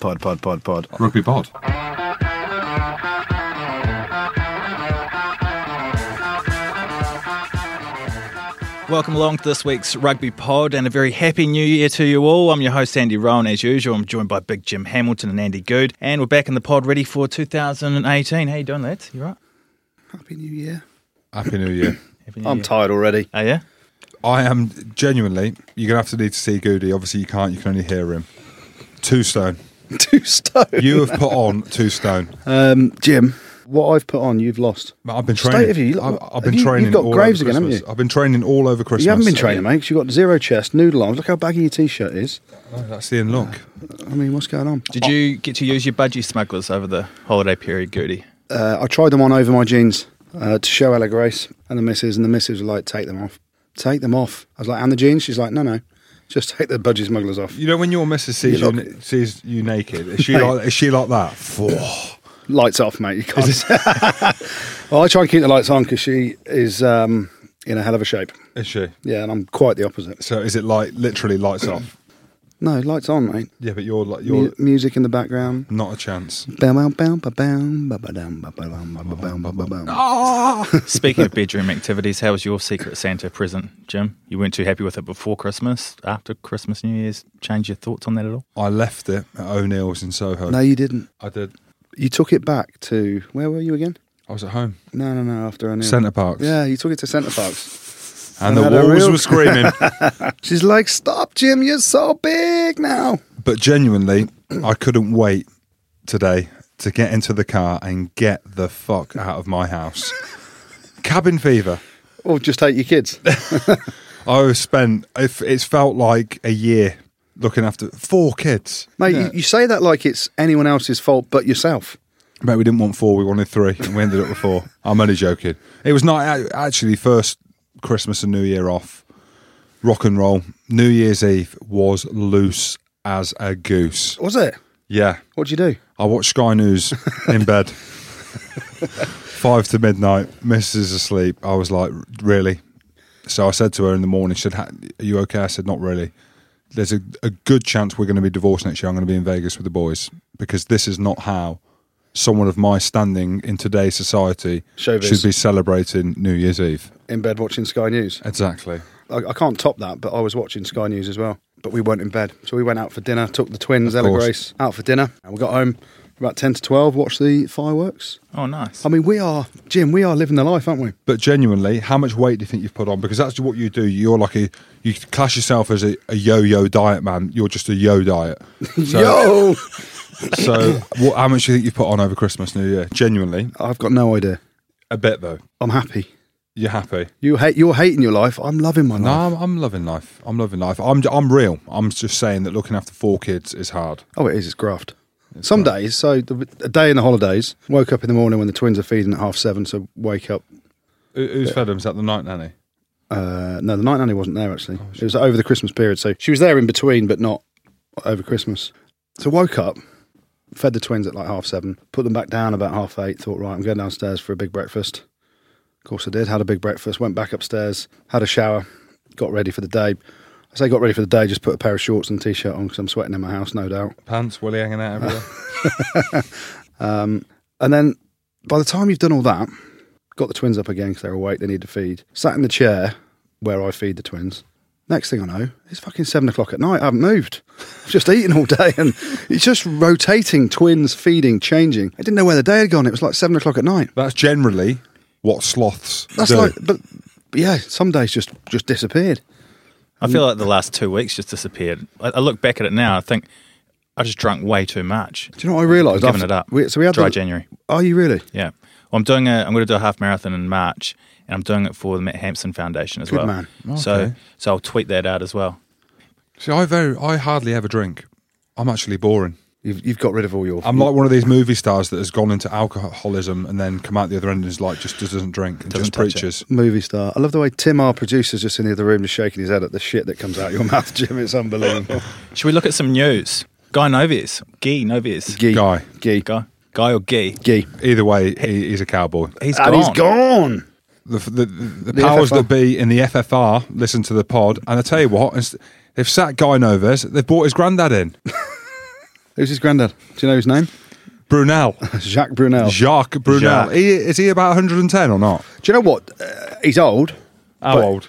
Pod, pod, pod, pod. Rugby pod. Welcome along to this week's Rugby Pod and a very happy new year to you all. I'm your host, Andy Rowan, as usual. I'm joined by Big Jim Hamilton and Andy Good. And we're back in the pod ready for 2018. How you doing, lads? You right? Happy New Year. Happy New Year. Happy new I'm year. tired already. Are you? I am genuinely, you're going to have to need to see Goody. Obviously, you can't, you can only hear him. Two stone. Two stone. You have put on two stone. Um, Jim, what I've put on, you've lost. Mate, I've been State training. of you, you I've, lot- I've been have you- training. you've got all graves over again, haven't Christmas. I've been training all over Christmas. You haven't been training, mate, 'cause you've got zero chest, noodle arms. Look how baggy your t-shirt is. Oh, that's the end. Look, I mean, what's going on? Did you get to use your budgie smugglers over the holiday period, Goody? Uh, I tried them on over my jeans uh, to show Ella Grace and the missus, and the missus was like, take them off. Take them off. I was like, and the jeans? She's like, no, no. Just take the budgie smugglers off. you know when your missus sees You you, look- na- sees you naked, is she Mate. like is she like that? Lights off, mate. You can't. well, I try and keep the lights on because she is um, in a hell of a shape. is she? Yeah, and I'm quite the opposite. So is it like literally lights off? No, lights on, mate. Yeah, but you're like you're Mu- music in the background. not a chance. Bow, bow, bow, bow, bow, bow, bow, down, bow, bow, down, bow, bow, bow, bow, bow, bow. Ah! Speaking of bedroom activities, how was your Secret Santa present, Jim? You weren't too happy with it before Christmas, after Christmas, New Year's. Change your thoughts on that at all? I left it at O'Neill's in Soho. No, you didn't. I did. You took it back to where were you again? I was at home. No, no, no. After I knew. Centre Parks. Yeah, you took it to Centre Parks. And I the had a walls real- were screaming. She's like, "Stop, Jim! You're so big now." but genuinely, I couldn't wait today to get into the car and get the fuck out of my house. Cabin fever. Or just take your kids. I spent. If it's felt like a year looking after four kids. Mate, you, you say that like it's anyone else's fault but yourself. Mate, we didn't want four. We wanted three, and we ended up with four. I'm only joking. It was not a- actually first Christmas and New Year off. Rock and roll. New Year's Eve was loose as a goose. Was it? Yeah, What'd you do? I watched Sky News in bed. Five to midnight. Mrs. asleep. I was like, really? So I said to her in the morning, she said, "Ha- Are you okay? I said, Not really. There's a, a good chance we're going to be divorced next year. I'm going to be in Vegas with the boys because this is not how someone of my standing in today's society Showbiz. should be celebrating New Year's Eve. In bed watching Sky News. Exactly. I, I can't top that, but I was watching Sky News as well. But we weren't in bed, so we went out for dinner. Took the twins, Ella course. Grace, out for dinner, and we got home about ten to twelve. Watched the fireworks. Oh, nice. I mean, we are Jim. We are living the life, aren't we? But genuinely, how much weight do you think you've put on? Because that's what you do. You're like a you class yourself as a, a yo-yo diet man. You're just a yo diet. So, Yo, So, what, how much do you think you've put on over Christmas, New Year? Genuinely, I've got no idea. a bit though. I'm happy. You're happy? You hate. You're hating your life. I'm loving my No, life. I'm, I'm loving life. I'm loving life. I'm I'm real. I'm just saying that looking after four kids is hard. Oh, it is. It's graft. Some days, so the, a day in the holidays, woke up in the morning when the twins are feeding at half seven. So wake up. Who- Who's fed them? Is that the night nanny? Uh, no, the night nanny wasn't there actually. It was over the Christmas period, so she was there in between, but not over Christmas. So woke up, fed the twins at like half seven, put them back down about half eight. Thought right, I'm going downstairs for a big breakfast. Of course, I did. Had a big breakfast. Went back upstairs, had a shower, got ready for the day. I say got ready for the day. Just put a pair of shorts and t-shirt on because I'm sweating in my house, no doubt. Pants, Willie hanging out everywhere. And then by the time you've done all that, got the twins up again because they're awake, they need to feed. Sat in the chair where I feed the twins. Next thing I know, it's fucking seven o'clock at night. I haven't moved. I've just eaten all day and it's just rotating twins, feeding, changing. I didn't know where the day had gone. It was like seven o'clock at night. that's generally what sloths That's do. like, but, but yeah, some days just just disappeared. I feel like the last two weeks just disappeared. I, I look back at it now, I think I just drank way too much. Do you know what I realised? Giving after- it up. Oh, We, so we had dry the- January. Are you really? Yeah. Well, I'm doing a. I'm going to do a half marathon in March, and I'm doing it for the Matt Hampson Foundation as Good well. man. Oh, So, Okay. so I'll tweet that out as well. See, I very, I hardly ever drink. I'm actually boring. You've, you've got rid of all your. I'm like one of these movie stars that has gone into alcoholism and then come out the other end and is like just, just doesn't drink and Doesn't just touch it. preaches. movie star. I love the way Tim, our producer's just in the other room, just shaking his head at the shit that comes out of your mouth, Jim. It's unbelievable. Should we look at some news? Guy Novies, Guy Novies, Gee. Guy. Gee. Guy, Guy or Guy. Gee. Either way, he, he's a cowboy. He's And gone. he's gone. the the, the, The powers FFR. that be in the FFR listen to the pod, and I tell you what, inst- they've sat Guy Novas, they've brought his granddad in. Who's his granddad? Do you know his name? Brunel. Jacques Brunel. Jacques Brunel. Jacques. He, is he about 110 or not? Do you know what? Uh, he's old, How But- old?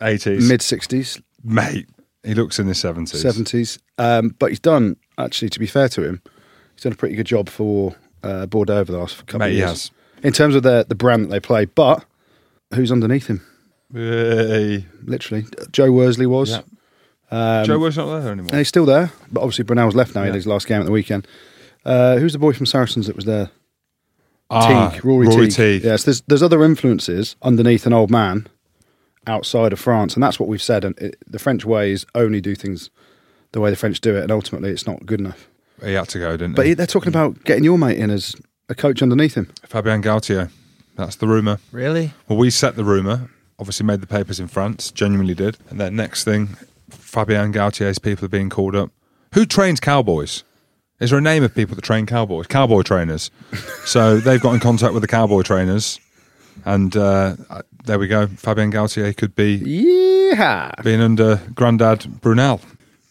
80s. mid 60s, Mate, he looks in his 70s. 70s. Um, but he's done, actually, to be fair to him, he's done a pretty good job for uh, Bordeaux over the last couple Mate, of he years. has. In terms of the, the brand that they play, but who's underneath him? Hey. Literally. Joe Worsley was. Yeah. Um, Joe Wood's not there anymore. and he's still there, but obviously Brunel's left now. He had Yeah. his last game at the weekend. Uh, who's the boy from Saracens that was there? Ah, Teague, Rory, Teague. Yes, there's there's other influences underneath an old man outside of France, and that's what we've said. And it, the French way is only do things the way the French do it, and ultimately it's not good enough. He had to go, didn't But he? he- they're talking about getting your mate in as a coach underneath him. Fabian Gaultier. That's the rumour. Really? Well, we set the rumour, obviously made the papers in France, genuinely did. And then next thing, Fabian Gaultier's people are being called up. Who trains cowboys? Is there a name of people that train cowboys? Cowboy trainers. so they've got in contact with the cowboy trainers. And uh, there we go. Fabian Gaultier could be Yeah, being under Grandad Brunel.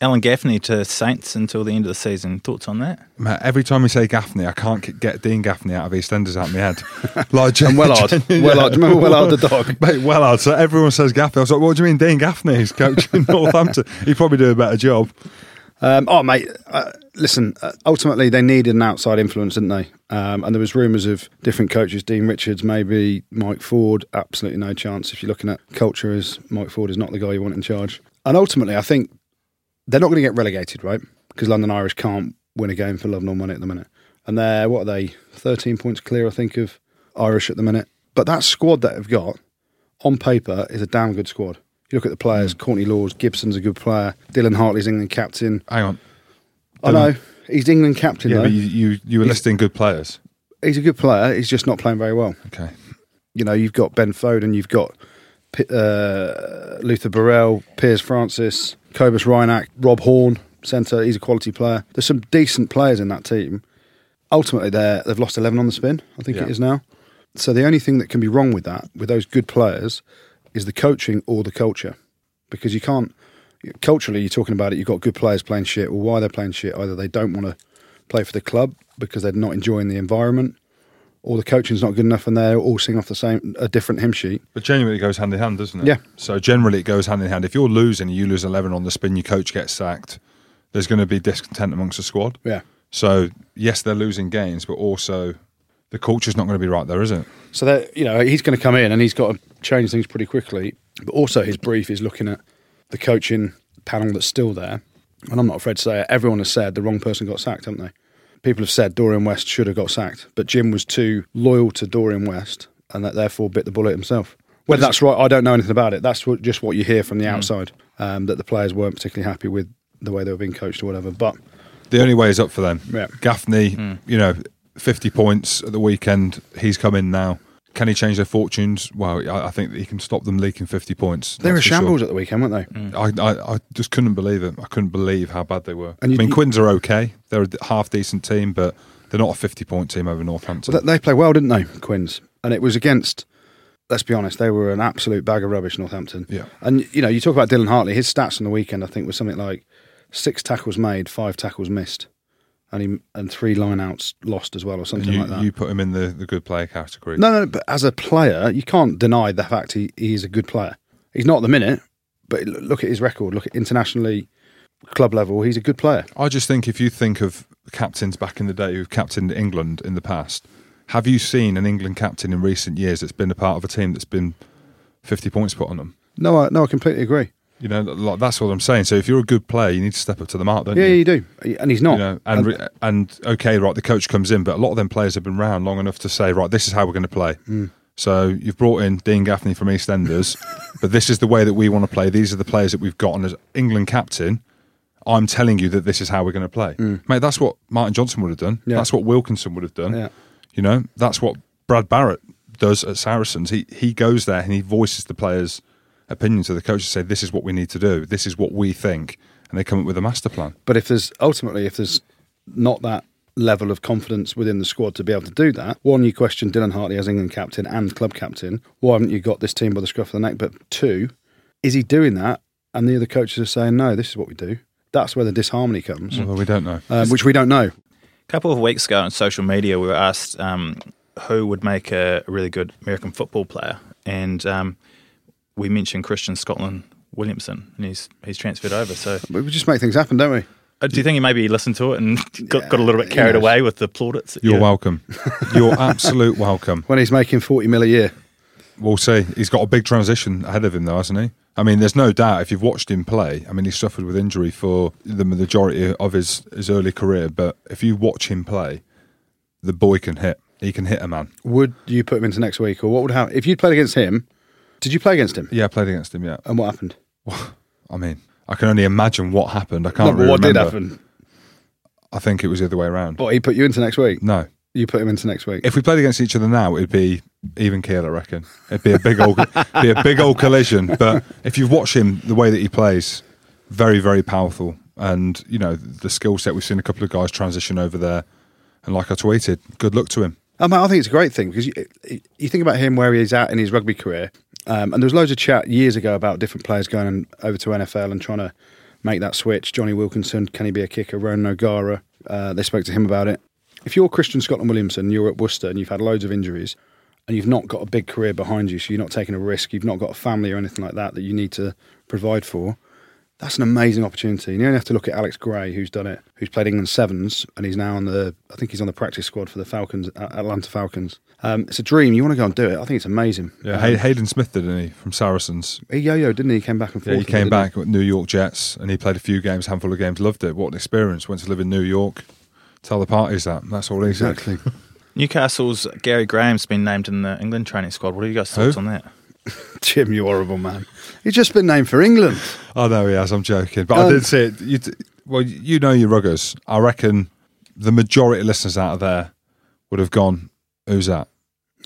Alan Gaffney to Saints until the end of the season. Thoughts on that? Mate, every time you say Gaffney, I can't get- get Dean Gaffney out of EastEnders out of my head. like, gen- and Wellard, Wellard, do you remember Wellard the dog? Mate, well, I'd say everyone says Gaffney. I was like, what do you mean, Dean Gaffney? He's coaching Northampton. He'd probably do a better job. Um, oh, mate, uh, listen, uh, ultimately they needed an outside influence, didn't they? Um, and there was rumours of different coaches, Dean Richards, maybe Mike Ford. Absolutely no chance if you're looking at culture as Mike Ford is not the guy you want in charge. And ultimately, I think they're not going to get relegated, right? Because London Irish can't win a game for love nor money at the minute. And they're, what are they, 13 points clear, I think, of Irish at the minute. But that squad that they've got, on paper, is a damn good squad. You look at the players, Courtney Laws, Gibson's a good player, Dylan Hartley's England captain, Hang on. I know. He's England captain, Um, Yeah, though. but you, you, you were listing good players. He's a good player. He's just not playing very well. Okay. You know, you've got Ben Foden, you've got P- uh, Luther Burrell, Piers Francis, Cobus Reinach, Rob Horn, centre. He's a quality player. There's some decent players in that team. Ultimately, they're, they've lost 11 on the spin, I think Yeah. it is now. So the only thing that can be wrong with that, with those good players, is the coaching or the culture. Because you can't, culturally, you're talking about it, you've got good players playing shit, or why they're playing shit. Either they don't want to play for the club because they're not enjoying the environment, or the coaching's not good enough and they're all singing off the same, a different hymn sheet. But generally, it goes hand in hand, doesn't it? Yeah. So generally, it goes hand in hand. If you're losing, you lose 11 on the spin, your coach gets sacked, there's going to be discontent amongst the squad. Yeah. So, yes, they're losing games, but also the culture's not going to be right there, is it? So that you know he's going to come in and he's got to change things pretty quickly. But also his brief is looking at the coaching panel that's still there. And I'm not afraid to say it. Everyone has said the wrong person got sacked, haven't they? People have said Dorian West should have got sacked, but Jim was too loyal to Dorian West and that therefore bit the bullet himself. Whether that's right, I don't know anything about it. That's what, just what you hear from the outside um, that the players weren't particularly happy with the way they were being coached or whatever. But The only way is up for them. Yeah. Gaffney, you know, 50 points at the weekend. He's come in now. Can he change their fortunes? Well, I, I think that he can stop them leaking 50 points. they were that's for shambles at the weekend, weren't they? sure. I, I, I just couldn't believe it. I couldn't believe how bad they were. And you- I mean, you- Quins are okay. They're a half decent team, but they're not a 50 point team over Northampton. Well, they, they play well, didn't they, Quins? And it was against. Let's be honest, they were an absolute bag of rubbish, Northampton. Yeah. And you know, you talk about Dylan Hartley. His stats on the weekend, I think, were something like six tackles made, five tackles missed, and he, and three lineouts lost as well, or And something you, like that. you put him in the, the good player category. no, no, but as a player, you can't deny the fact he, he is a good player. He's not at the minute, but l- look at his record. Look at internationally, club level, he's a good player. I just think if you think of captains back in the day who've captained England in the past, have you seen an England captain in recent years that's been a part of a team that's been 50 points put on them? No, I, no, I completely agree. You know, like, that's what I'm saying. So if you're a good player, you need to step up to the mark, don't Yeah, you? you do, and he's not. You know, and, re- and okay, right, the coach comes in, but a lot of them players have been round long enough to say, right, this is how we're going to play. Hmm. So you've brought in Dean Gaffney from EastEnders, but this is the way that we want to play. These are the players that we've got, and as England captain, I'm telling you that this is how we're going to play, mate. That's what Martin Johnson would have done. Hmm. Yeah. That's what Wilkinson would have done. Yeah. You know, that's what Brad Barrett does at Saracens. He he goes there and he voices the players' opinion to the coach and say, "This is what we need to do. This is what we think," and they come up with a master plan. But if there's ultimately if there's not that level of confidence within the squad to be able to do that, one, you question Dylan Hartley as England captain and club captain. Why haven't you got this team by the scruff of the neck? But two, is he doing that? And the other coaches are saying, no, this is what we do. That's where the disharmony comes, Although we don't know. um, which we don't know. couple of weeks ago on social media, we were asked um, who would make a really good American football player, and um, we mentioned Christian Scotland Williamson, and he's he's transferred over. So, But we just make things happen, don't we? uh, do you think he maybe listened to it and got, got a little bit Yeah, carried who knows? away with the plaudits? that You're you- welcome. You're absolute welcome. When he's making 40 mil a year. We'll see. He's got a big transition ahead of him, though, hasn't he? I mean, there's no doubt if you've watched him play. I mean, he suffered with injury for the majority of his, his early career, but if you watch him play, the boy can hit. He can hit a man. Would you put him into next week, or what would happen if you'd played against him? Did you play against him? Yeah, I played against him. Yeah, And what happened? I mean, I can only imagine what happened. I No, can't but really what did remember. happen? I think it was the other way around. What he put you into next week? no, You put him into next week. if we played against each other now, it'd be even keel. I reckon it'd be a big old, be a big old collision. But if you've watched him, the way that he plays, very, very powerful, and you know the skill set. We've seen a couple of guys transition over there, and like I tweeted, good luck to him. I, mean, I think it's a great thing because you, you think about him where he is at in his rugby career, um, and there was loads of chat years ago about different players going and over to NFL and trying to make that switch. Johnny Wilkinson, can he be a kicker? Ronan O'Gara, uh, they spoke to him about it. If you're Christian Scotland Williamson, you're at Worcester and you've had loads of injuries, and you've not got a big career behind you, so you're not taking a risk. You've not got a family or anything like that that you need to provide for. That's an amazing opportunity. And you only have to look at Alex Gray, who's done it, who's played England sevens, and he's now on the, I think he's on the practice squad for the Falcons, A- Atlanta Falcons. Um, it's a dream. You want to go and do it. I think it's amazing. Yeah, Um, Hay- Hayden Smith did, didn't he, from Saracens? he yo-yo, didn't he? He came back and forth. Yeah, he with it, came didn't back with New York Jets, and he played a few games, handful of games, loved it. What an experience! Went to live in New York. Tell the parties that. That's all he said. Exactly. Newcastle's Gary Graham's been named in the England training squad. What are you guys thoughts Who? on that? Jim, you horrible man. He's just been named for England. I know Oh, he has. I'm joking, but I Um, did see it. You, d- well, you know your ruggers. I reckon the majority of listeners out of there would have gone. Who's that?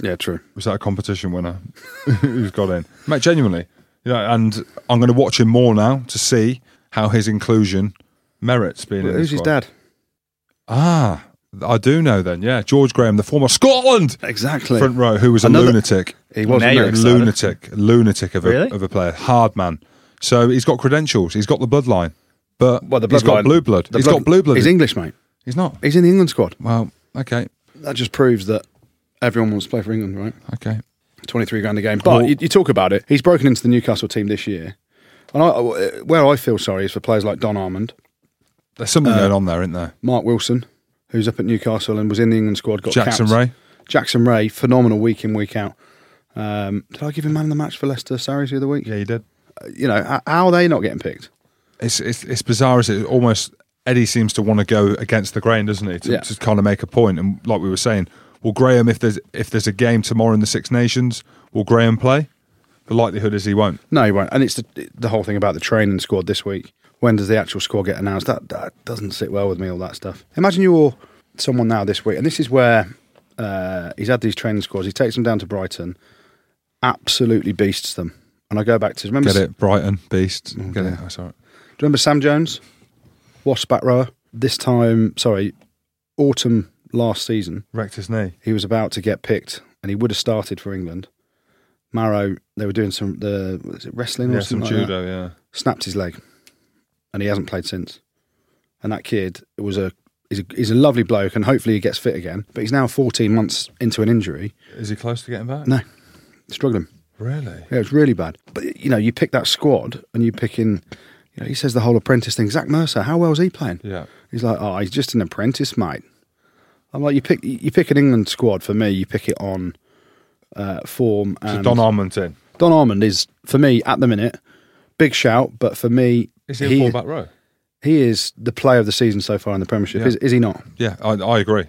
Yeah, true. Was that a competition winner? Who's got in? Mate, genuinely, you know. And I'm going to watch him more now to see how his inclusion merits being. in the Who's his squad. dad? Ah, I do know then. Yeah, George Graham, the former Scotland Exactly. front row, who was a Another- lunatic. He was Now wasn't you're it? excited. lunatic, lunatic of a, Really? of a player, hard man. So he's got credentials. He's got the bloodline, but Well, the he's got bloodline- blue blood. the He's got blue blood. He's English, mate. He's not. He's in the England squad. Well, okay, That just proves that everyone wants to play for England, right? okay. 23 grand a game. But you, you talk about it. He's broken into the Newcastle team this year. And I, uh, where I feel sorry is for players like Don Armand, There's something going on there, isn't there? Mark Wilson, who's up at Newcastle and was in the England squad, got Jackson capped. Ray. Jackson Ray, phenomenal week in, week out. Um, did I give him man of the match for Leicester Saris the other week? Yeah, you did. You know, h- how are they not getting picked? It's it's, it's bizarre. As it almost Eddie seems to want to go against the grain, doesn't he? To, Yeah. to kind of make a point, and like we were saying, well, Graham, if there's if there's a game tomorrow in the Six Nations, will Graham play? The likelihood is he won't. No, he won't. And it's the, the whole thing about the training squad this week. When does the actual squad get announced? That, that doesn't sit well with me, all that stuff. Imagine you're someone now this week, and this is where uh, he's had these training squads. He takes them down to Brighton, absolutely beasts them. And I go back to, remember, Get it, Brighton Beast. Get it. dear. Oh, sorry. Do you remember Sam Jones? Wasp back rower. This time, sorry, autumn last season, Wrecked his knee. he was about to get picked and he would have started for England. Marrow, they were doing some, the, what is it, wrestling or Yeah, some something? like that? judo. Yeah. snapped his leg, and he hasn't played since. And that kid was a he's a, he's a lovely bloke, and hopefully he gets fit again. But he's now 14 months into an injury, Is he close to getting back? No. struggling. Really? Yeah, it's really bad. But you know, you pick that squad, and you pick in. You know, he says the whole apprentice thing. Zach Mercer, how well is he playing? Yeah. He's like, oh, he's just an apprentice, mate. I'm like, you pick you pick an England squad for me. You pick it on uh, form. So And Don Armandton. Don Armand is for me at the minute. Big shout, but for me, Is he, he- a full back row? he is the player of the season so far in the Premiership. Yeah. Is, is he not? Yeah, I, I agree.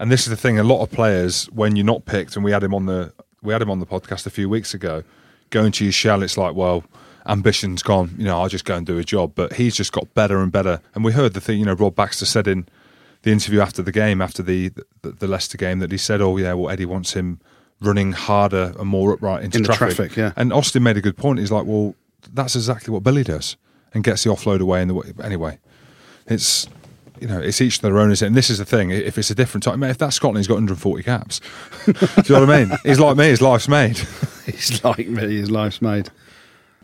And this is the thing: a lot of players, when you're not picked, and we had him on the we had him on the podcast a few weeks ago, going to your shell. It's like, well, ambition's gone. You know, I'll just go and do a job. But he's just got better and better. And we heard the thing. You know, Rob Baxter said in the interview after the game, after the the, the Leicester game, that he said, "Oh yeah, well Eddie wants him running harder and more upright into In the traffic. traffic, yeah. And Austin made a good point. He's like, well, that's exactly what Billy does, and gets the offload away. In the way. anyway, it's you know it's each to their own. Is it? And this is the thing. If it's a different type, mate, if that's Scotland, he's got 140 caps. Do you know what I mean? He's like me. His life's made. He's like me. His life's made.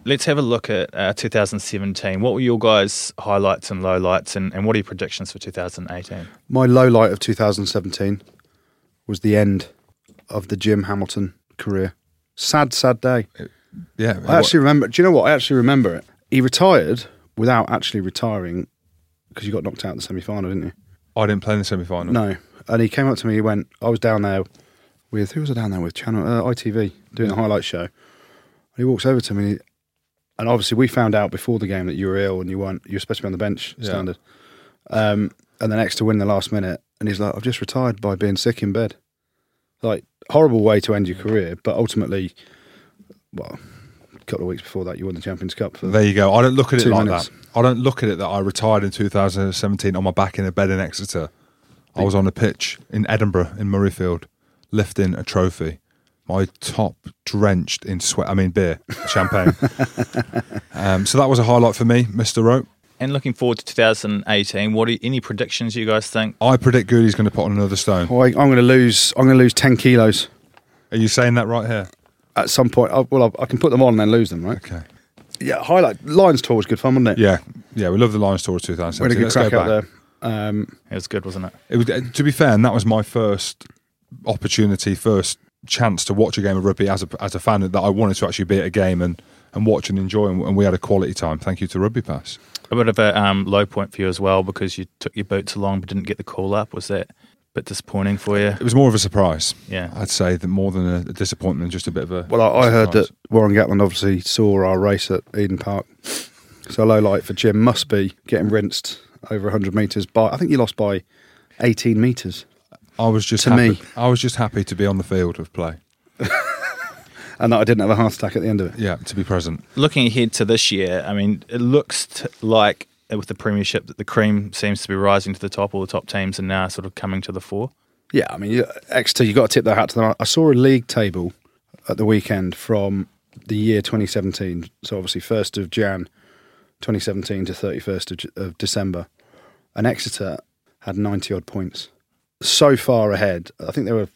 Let's have a look at uh, 2017. What were your guys' highlights and lowlights, and, and what are your projections for 2018? My low light of 2017 was the end of the Jim Hamilton career. Sad, sad day. Yeah, I actually remember. Do you know what? I actually remember it. He retired without actually retiring because you got knocked out in the semi final, didn't you? I didn't play in the semi final. No. And he came up to me. He went, I was down there with, who was I down there with? Channel uh, ITV doing a highlight show. And he walks over to me. And obviously, we found out before the game that you were ill and you weren't, you were supposed to be on the bench Yeah. standard. Um, and the next to win the last minute. And he's like, I've just retired by being sick in bed. Like, horrible way to end your career. But ultimately, well, a couple of weeks before that, you won the Champions Cup. For There you go. I don't look at it Two like minutes. that. I don't look at it that I retired in 2017 on my back in a bed in Exeter. I was on a pitch in Edinburgh in Murrayfield lifting a trophy. My top drenched in sweat. I mean beer, champagne. um, so that was a highlight for me, Mr. Rope. And looking forward to 2018, what are any predictions you guys think? I predict Goody's going to put on another stone. Well, I, I'm going to lose. I'm going to lose ten kilos Are you saying that right here? at some point. I, well, I, I can put them on and then lose them, right? Okay. Yeah, highlight Lions tour was good fun, wasn't it? Yeah, yeah. We love the Lions Tour of we had a 2017. good Let's crack go out back. there. Um, It was good, wasn't it? It was, uh, to be fair, and that was my first opportunity, first chance to watch a game of rugby as a as a fan that I wanted to actually be at a game and and watch and enjoy, and, and we had a quality time. Thank you to Rugby Pass. A bit of a um, low point for you as well because you took your boots along but didn't get the call up. Was that a bit disappointing for you? It was more of a surprise, Yeah. I'd say, that more than a, a disappointment, just a bit of a. well, I, I heard surprise. that Warren Gatland obviously saw our race at Eden Park. So low light for Jim must be getting rinsed over 100 meters by. I think you lost by 18 meters, I was just to happy, me. I was just happy to be on the field of play. and that I didn't have a heart attack at the end of it. Yeah, to be present. Looking ahead to this year, I mean, it looks t- like uh, with the Premiership that the cream seems to be rising to the top. All the top teams are now sort of coming to the fore. Yeah, I mean, you- Exeter, you got to tip their hat to them. I saw a league table at the weekend from the year 2017. So obviously, 1st of Jan 2017 to 31st of, J- of December. And Exeter had 90 odd points. So far ahead. I think they were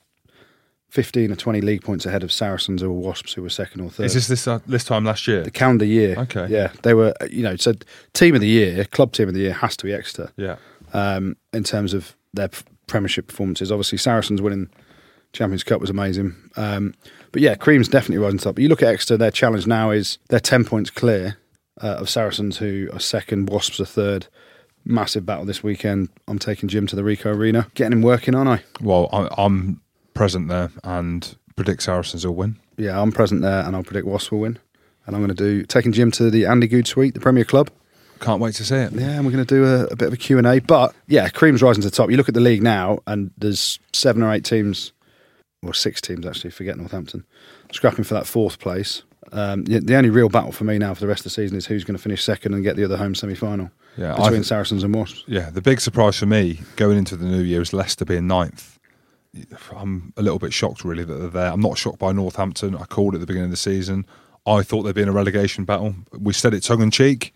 15 or 20 league points ahead of Saracens or Wasps, who were second or third. Is this this uh, this time last year? the calendar year. Okay. Yeah. They were, you know, so team of the year, club team of the year has to be Exeter Yeah, um, in terms of their p- Premiership performances. Obviously, Saracens winning Champions Cup was amazing. Um, but yeah, Cream's definitely rising top. But you look at Exeter, their challenge now is they're 10 points clear uh, of Saracens, who are second, Wasps are third. Massive battle this weekend. I'm taking Jim to the Rico Arena. Getting him working, aren't I? well, I, I'm present there and predict Saracens will win. Yeah, I'm present there and I'll predict Wasps will win. And I'm going to do taking Jim to the Andy Good Suite, the Premier Club. Can't wait to see it. Yeah, and we're going to do a, a bit of a Q&A. But yeah, cream's rising to the top. You look at the league now and there's seven or eight teams, or six teams actually, forget Northampton, scrapping for that fourth place. Um, the, the only real battle for me now for the rest of the season is who's going to finish second and get the other home semi-final Yeah, I between think- Saracens and Wasps. Yeah, the big surprise for me going into the new year is Leicester being ninth. I'm a little bit shocked, really, that they're there. I'm not shocked by Northampton. I called it at the beginning of the season. I thought they'd be in a relegation battle. We said it tongue in cheek.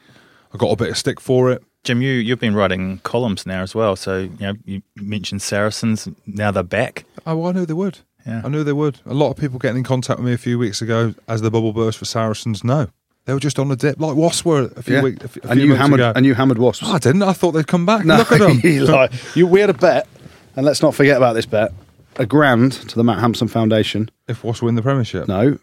I got a bit of stick for it. Jim, you you've been writing columns now as well, so you know you mentioned Saracens. Now they're back. Oh, I knew they would. Yeah. I knew they would. A lot of people getting in contact with me a few weeks ago as the bubble burst for Saracens. No, they were just on the dip, like Wasps were a few Yeah. weeks. A few and you months hammered ago. Oh, and you hammered Wasps. I didn't. I thought they'd come back. Look at them. you lie. You- we had a bet, and let's not forget about this bet. A grand to the Matt Hampson Foundation. if Wasps win the Premiership, No,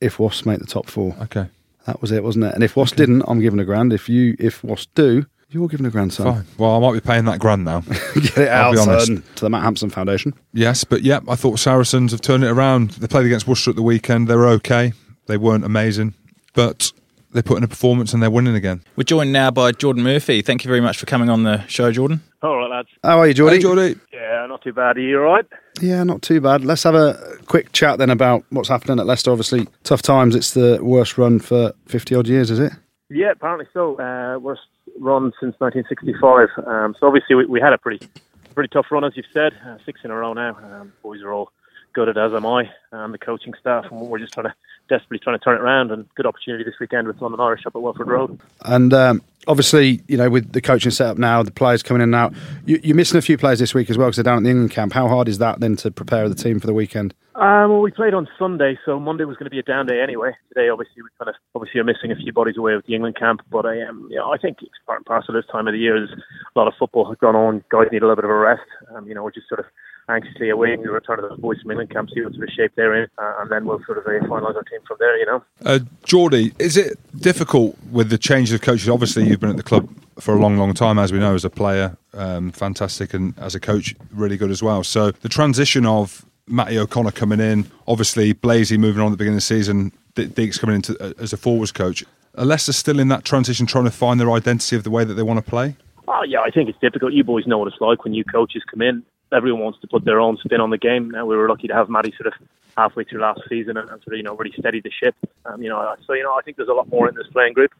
if Wasps make the top four. okay, That was it, wasn't it? And if Wasps didn't, I'm giving a grand. If you, if Wasps do, you're giving a grand, son. fine. Well, I might be paying that grand now. Get it I'll out, be honest. son, to the Matt Hampson Foundation. Yes, but yeah, I thought Saracens have turned it around. They played against Worcester at the weekend. They were okay. They weren't amazing, but they put in a performance and they're winning again. We're joined now by Jordan Murphy. Thank you very much for coming on the show, Jordan. All right, lads. How are you, Geordie? Hey, Geordie. Yeah, not too bad. Are you all right? Yeah, not too bad. Let's have a quick chat then about what's happening at Leicester. Obviously, tough times. It's the worst run for 50 odd years, is it? Yeah, apparently so. Uh, worst run since 1965. Um, so obviously we, we had a pretty, pretty tough run, as you've said, uh, six in a row now. Um, boys are all gutted, as am I, and the coaching staff, and we're just trying to desperately trying to turn it around. And good opportunity this weekend with London Irish up at Welford Road. And um, obviously, you know, with the coaching setup now, the players coming in and out, you, you're missing a few players this week as well because they're down at the England camp. How hard is that then to prepare the team for the weekend? Um, well, we played on Sunday, so Monday was going to be a down day anyway. Today, obviously, we kind of obviously are missing a few bodies away with the England camp, but I um, you know, I think it's part and parcel this time of the year. There's a lot of football has gone on. Guys need a little bit of a rest. Um, you know, we're just sort of anxiously awaiting the return of those boys from England camp, see what sort of shape they're in, uh, and then we'll sort of uh, finalise our team from there. You know. Uh, Geordie, is it difficult with the change of coaches? Obviously, you've been at the club for a long, long time, as we know, as a player, um, fantastic, and as a coach, really good as well. So the transition of Matty O'Connor coming in, obviously Blazy moving on at the beginning of the season, D- Deeks coming in to, as a forwards coach. Are Leicester still in that transition, trying to find their identity of the way that they want to play? Oh yeah, I think it's difficult. You boys know what it's like when new coaches come in. Everyone wants to put their own spin on the game. Now we were lucky to have Matty sort of halfway through last season and, and sort of you know really steadied the ship. Um, you know, so you know I think there's a lot more in this playing group,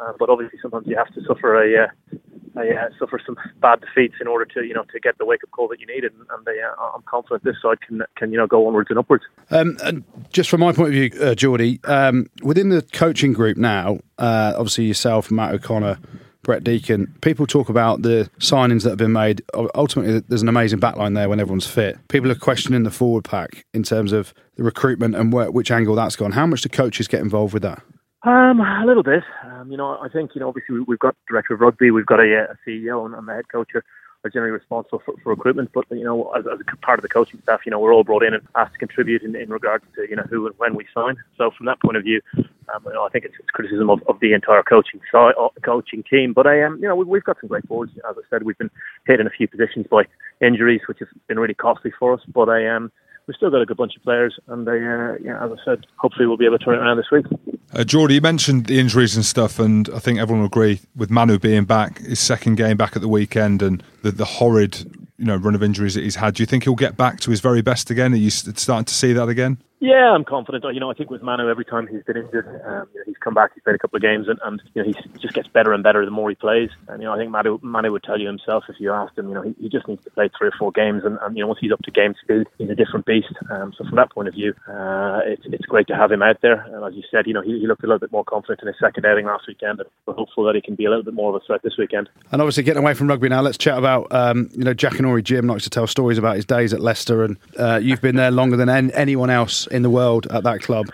uh, but obviously sometimes you have to suffer a, uh, a uh, suffer some bad defeats in order to you know to get the wake up call that you needed. And, and they, uh, I'm confident this side can can you know go onwards and upwards. Um, and just from my point of view, uh, Geordie, um, within the coaching group now, uh, obviously yourself, Matt O'Connor, Brett Deacon, people talk about the signings that have been made. U- Ultimately, there's an amazing backline there when everyone's fit. People are questioning the forward pack in terms of the recruitment and where, which angle that's gone. How much do coaches get involved with that? Um, a little bit. Um, you know, I think you know. Obviously, we- we've got director of rugby, we've got a, uh, a CEO, and, and the head coach are, are generally responsible for, for recruitment. But you know, as, as a part of the coaching staff, you know, we're all brought in and asked to contribute in, in regards to you know who and when we sign. So from that point of view, um, you know, I think it's, it's criticism of, of the entire coaching side, uh, coaching team. But I um, you know, we, we've got some great boards. As I said, we've been hit in a few positions by injuries, which has been really costly for us. But I um, we've still got a good bunch of players, and they, uh, yeah, as I said, hopefully we'll be able to turn it around this week. Uh, Geordie, you mentioned the injuries and stuff, and I think everyone will agree with Manu being back, his second game back at the weekend, and the, the horrid you know run of injuries that he's had. Do you think he'll get back to his very best again? Are you s- starting to see that again? Yeah, I'm confident. You know, I think with Manu, every time he's been injured, um, you know, he's come back, he's played a couple of games, and, and you know, he just gets better and better the more he plays. And you know, I think Manu, Manu would tell you himself if you asked him. You know, he, he just needs to play three or four games, and, and you know, once he's up to game speed, he's a different beast. Um, so from that point of view, uh, it's it's great to have him out there. And as you said, you know, he, he looked a little bit more confident in his second outing last weekend, and we're hopeful that he can be a little bit more of a threat this weekend. And obviously, getting away from rugby now, let's chat about um, you know Jack and Ori Jim likes to tell stories about his days at Leicester, and uh, you've been there longer than an- anyone else in the world at that club.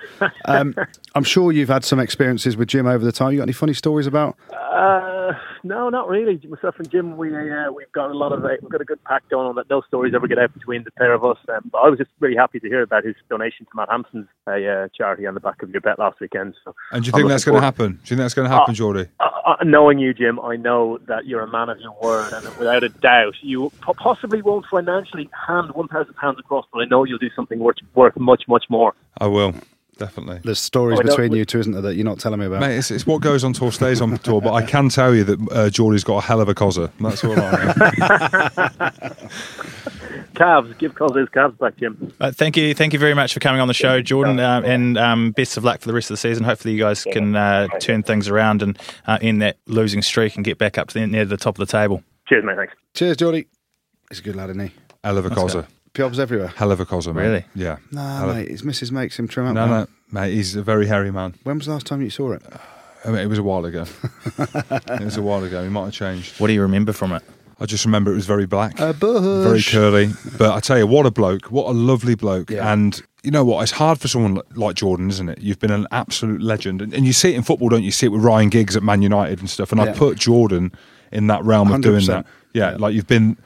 Um, I'm sure you've had some experiences with Jim over the time. You got any funny stories about? Uh, no, not really. Myself and Jim, we uh, we've got a lot of uh, we've got a good pack going on that no stories ever get out between the pair of us. Um, but I was just really happy to hear about his donation to Matt Hampson's uh, uh, charity on the back of your bet last weekend. So, And do you I'm think that's looking going to forward- happen? Do you think that's going to happen, Geordie? Uh, uh, knowing you, Jim, I know that you're a man of your word, and without a doubt, you po- possibly won't financially hand one thousand pounds across, but I know you'll do something worth worth much much more. I will definitely. There's stories Oh, I don't- between you two, isn't there, that you're not telling me about? Mate, it's, it's what goes on tour stays on tour, but I can tell you that uh, Geordie's got a hell of a cozzer. That's all I know. Calves, give Cos his calves back, Jim. Uh, thank you, thank you very much for coming on the show, Jordan, uh, and um, best of luck for the rest of the season. Hopefully, you guys can uh, turn things around and uh, end that losing streak and get back up to the, near the top of the table. Cheers, mate. Thanks. Cheers, Geordie. He's a good lad, isn't he? Hell of a cozzer. Jobs everywhere. Hell of a cozzer, mate. Really? Yeah. Nah, Hell of- mate, his missus makes him trim up. No, man. no, mate. He's a very hairy man. When was the last time you saw it? I mean, it was a while ago. it was a while ago. He might have changed. What do you remember from it? I just remember it was very black, A very bush. curly. But I tell you, what a bloke! What a lovely bloke! Yeah. And you know what? It's hard for someone li- like Jordan, isn't it? You've been an absolute legend, and, and you see it in football, don't you? you? See it with Ryan Giggs at Man United and stuff. And Yeah. I put Jordan in that realm of doing 100%. that. Yeah, like you've been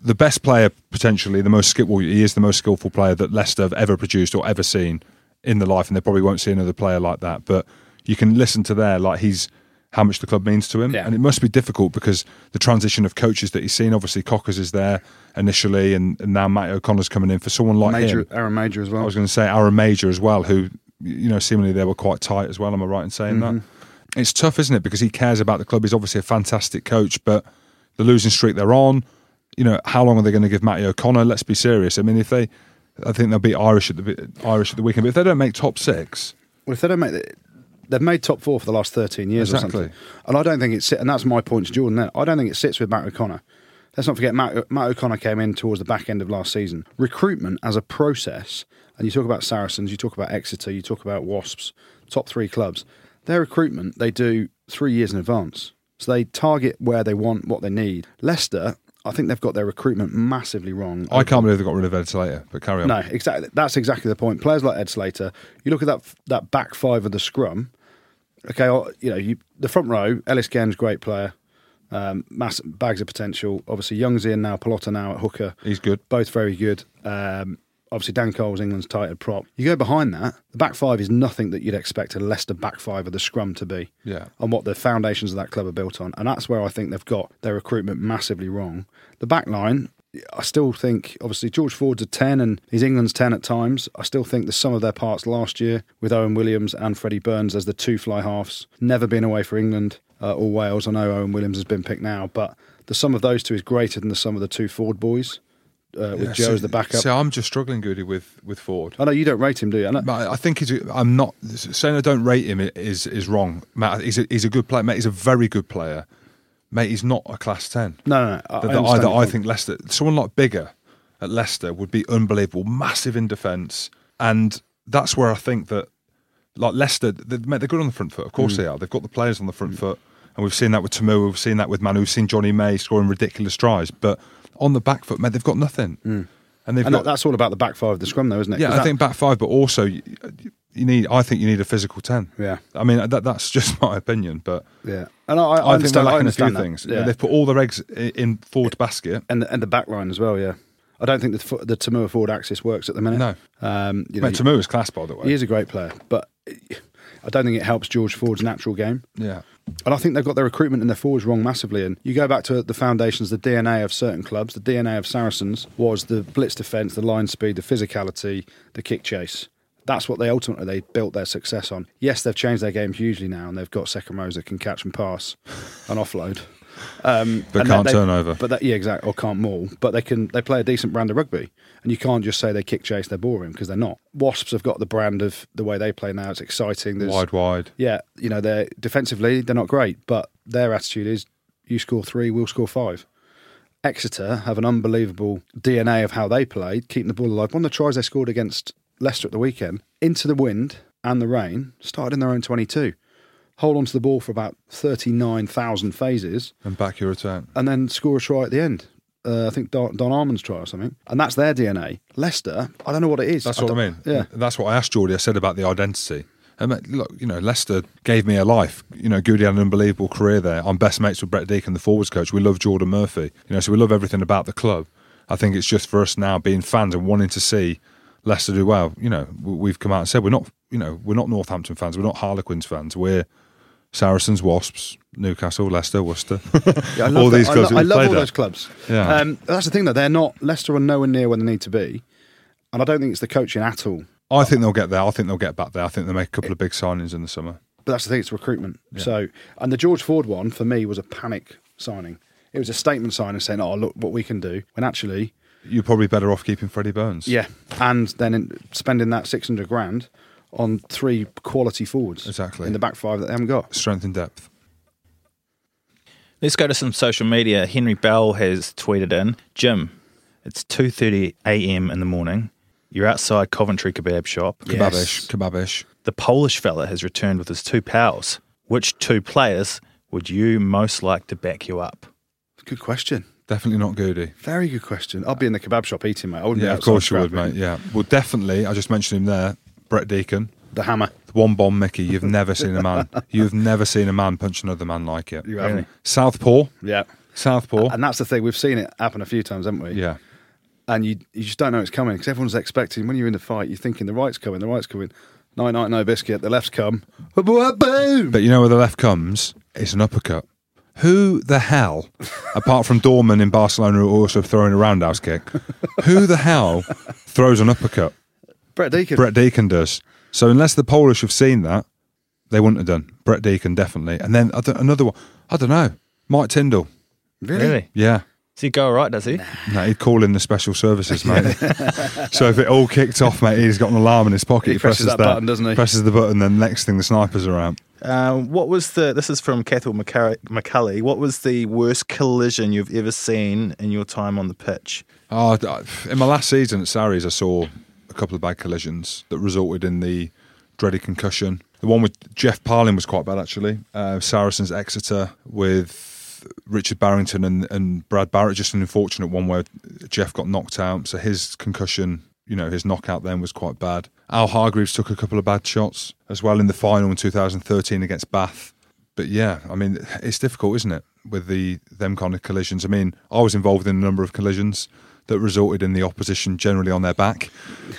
the best player potentially, the most skillful. He is the most skillful player that Leicester have ever produced or ever seen in their life, and they probably won't see another player like that. But you can listen to there, like he's how much the club means to him, Yeah. and it must be difficult because the transition of coaches that he's seen. Obviously, Cockers is there initially, and, and now Matt O'Connor's coming in for someone like Major, him. Aaron Major as well. I was going to say Aaron Major as well, who you know seemingly they were quite tight as well. Am I right in saying that? Mm-hmm. It's tough, isn't it? Because he cares about the club. He's obviously a fantastic coach, but the losing streak they're on. You know, how long are they going to give Matty O'Connor? Let's be serious. I mean, if they, I think they'll beat Irish at the bi- Irish at the weekend. But if they don't make top six, Well, if they don't make the, they've made top four for the last 13 years or Exactly. something. And I don't think it sits, and that's my point to Jordan there. I don't think it sits with Matt O'Connor. Let's not forget, Matt, Matt O'Connor came in towards the back end of last season. Recruitment as a process, and you talk about Saracens, you talk about Exeter, you talk about Wasps, top three clubs, their recruitment they do three years in advance. So they target where they want, what they need. Leicester, I think they've got their recruitment massively wrong. I can't believe they got rid of Ed Slater, but carry on. No, exactly. That's exactly the point. Players like Ed Slater, you look at that that back five of the scrum. Okay, I'll- you know you, the front row. Ellis Gen's great player, um, mass bags of potential. Obviously, Young's in now. Palotta now at hooker. He's good. Both very good. Um, obviously, Dan Cole's England's tight end prop. You go behind that. The back five is nothing that you'd expect a Leicester back five of the scrum to be. Yeah. And what the foundations of that club are built on, and that's where I think they've got their recruitment massively wrong. The back line. I still think, obviously, George Ford's a 10 and he's England's 10 at times. I still think the sum of their parts last year with Owen Williams and Freddie Burns as the two fly halves, never been away for England uh, or Wales. I know Owen Williams has been picked now, but the sum of those two is greater than the sum of the two Ford boys uh, with Yeah, Joe so- as the backup. So I'm just struggling, Goody, with with Ford. I know you don't rate him, do you? I know- But I think he's. I'm not saying I don't rate him is is wrong. Matt, he's a, he's a good player. Mate, he's a very good player. Mate, he's not a class ten. No, no, no. I- I That- that I, understand that your I point. think Leicester, someone like Bigger at Leicester would be unbelievable, massive in defence, and that's where I think that like Leicester, they- mate, they're good on the front foot. Of Mm. course they are. They've got the players on the front foot, and we've seen that with Tamu, we've seen that with Manu, we've seen Johnny May scoring ridiculous tries, but on the back foot, mate, they've got nothing, and they've Mm. and got that, that's all about the back five of the scrum, though, isn't it? yeah, 'Cause I that- think back five, but also you, you need. I think you need a physical ten. Yeah. I mean that, that's just my opinion, but Yeah, and I, I, I, think they're understand. I lacking a few understand that. things. Yeah. Yeah, they've put all their eggs i- in Ford basket. and the, and the back line as well. Yeah, I don't think the fo- the Tamua forward axis works at the minute. No. um, you know, Mate, Tamu is class by the way. he is a great player, but I don't think it helps George Ford's natural game. Yeah. And I think they've got their recruitment and their forwards wrong massively. And you go back to the foundations, the DNA of certain clubs, the DNA of Saracens was the blitz defence, the line speed, the physicality, the kick chase. That's what they ultimately they built their success on. Yes, they've changed their game hugely now, and they've got second rows that can catch and pass and offload, um, But and can't they- turn over. But that, yeah, exactly, or can't maul. But they can. They play a decent brand of rugby, and you can't just say they kick chase, they're boring because they're not. Wasps have got the brand of the way they play now. It's exciting. There's, Wide, wide. yeah, you know, they're defensively they're not great, but their attitude is you score three, we'll score five. Exeter have an unbelievable DNA of how they played, keeping the ball alive. One of the tries they scored against Leicester at the weekend, into the wind and the rain, started in their own 22. Hold onto the ball for about 39,000 phases And back your return. and then score a try at the end. Uh, I think Don, Don Armand's try or something. And that's their DNA. Leicester, I don't know what it is. That's what I, mean. don't- Yeah. That's what I asked Geordie. I said about the identity. And mate, look, you know, Leicester gave me a life. You know, Goody had an unbelievable career there. I'm best mates with Brett Deacon, the forwards coach. We love Jordan Murphy. You know, so we love everything about the club. I think it's just for us now being fans and wanting to see Leicester do well. You know, we- we've come out and said we're not, you know, we're not Northampton fans. We're not Harlequins fans. We're Saracens, Wasps, Newcastle, Leicester, Worcester. Yeah, I love all that. these I clubs. that lo- I, we've love played all at. those clubs. Yeah. Um, that's the thing, though. They're not Leicester are nowhere near where they need to be, and I don't think it's the coaching at all. I think they'll get there. I think they'll get back there. I think they'll make a couple of big signings in the summer. But that's the thing; it's recruitment. So, and the George Ford one for me was a panic signing. It was a statement signing saying, "Oh, look what we can do." When actually, You're probably better off keeping Freddie Burns. yeah, and then in, spending that six hundred grand on three quality forwards Exactly. in the back five that they haven't got. Strength and depth. Let's go to some social media. Henry Bell has tweeted in, Jim, it's 2.30 a.m. in the morning. You're outside Coventry Kebab Shop. Kebabish. Kebabish. The Polish fella has returned with his two pals. Which two players would you most like to back you up? Good question. Definitely not Goody. Very good question. I'll be in the kebab shop eating, mate. I wouldn't Yeah, be of outside course you would, scrapping. mate. Yeah. Well, definitely. I just mentioned him there. Brett Deacon. The hammer. The one bomb Mickey. You've never seen a man. You've never seen a man punch another man like it. You haven't. Really? Southpaw. Yeah. Southpaw. And that's the thing. We've seen it happen a few times, haven't we? yeah. and you you just don't know it's coming because everyone's expecting. When you're in the fight, you're thinking the right's coming, the right's coming. Night, night, no biscuit. The left's come. Boom. But you know where the left comes? It's an uppercut. Who the hell, apart from Dorman in Barcelona, who also throwing a roundhouse kick, who the hell throws an uppercut? Brett Deacon. Brett Deacon does. So unless the Polish have seen that, they wouldn't have done. Brett Deacon definitely. And then I don't- another one. I don't know. Mike Tyndall. really? Yeah. Does he go all right, does he? No, he'd call in the special services, mate. so if it all kicked off, mate, he's got an alarm in his pocket. He presses that button, doesn't he? Presses the button, then next thing the snipers are out. Uh, what was the, this is from Cathal McCur- McCulley, what was the worst collision you've ever seen in your time on the pitch? Oh, d- in my last season at Sarries, I saw a couple of bad collisions that resulted in the dreaded concussion. The one with Jeff Parlin was quite bad actually. Uh, Saracens Exeter with Richard Barrington and, and Brad Barrett. Just an unfortunate one where Jeff got knocked out. So his concussion, you know, his knockout then was quite bad. Al Hargreaves took a couple of bad shots as well in the final in 2013 against Bath. But yeah, I mean, it's difficult, isn't it, with the them kind of collisions? I mean, I was involved in a number of collisions that resulted in the opposition generally on their back.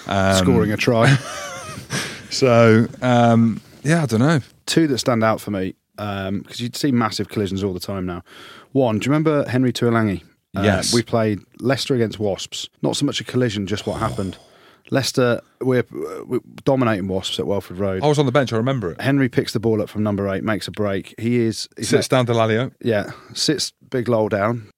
Um, Scoring a try. so um, yeah, I don't know. Two that stand out for me, because you'd see massive collisions all the time now. One, do you remember Henry Tuolangi? Yes. We played Leicester against Wasps. Not so much a collision, just what happened. Leicester, we're, we're dominating Wasps at Welford Road. I was on the bench. I remember it. Henry picks the ball up from number eight, makes a break. He is. he's Sits down Delalio. ne- Yeah, sits big low down.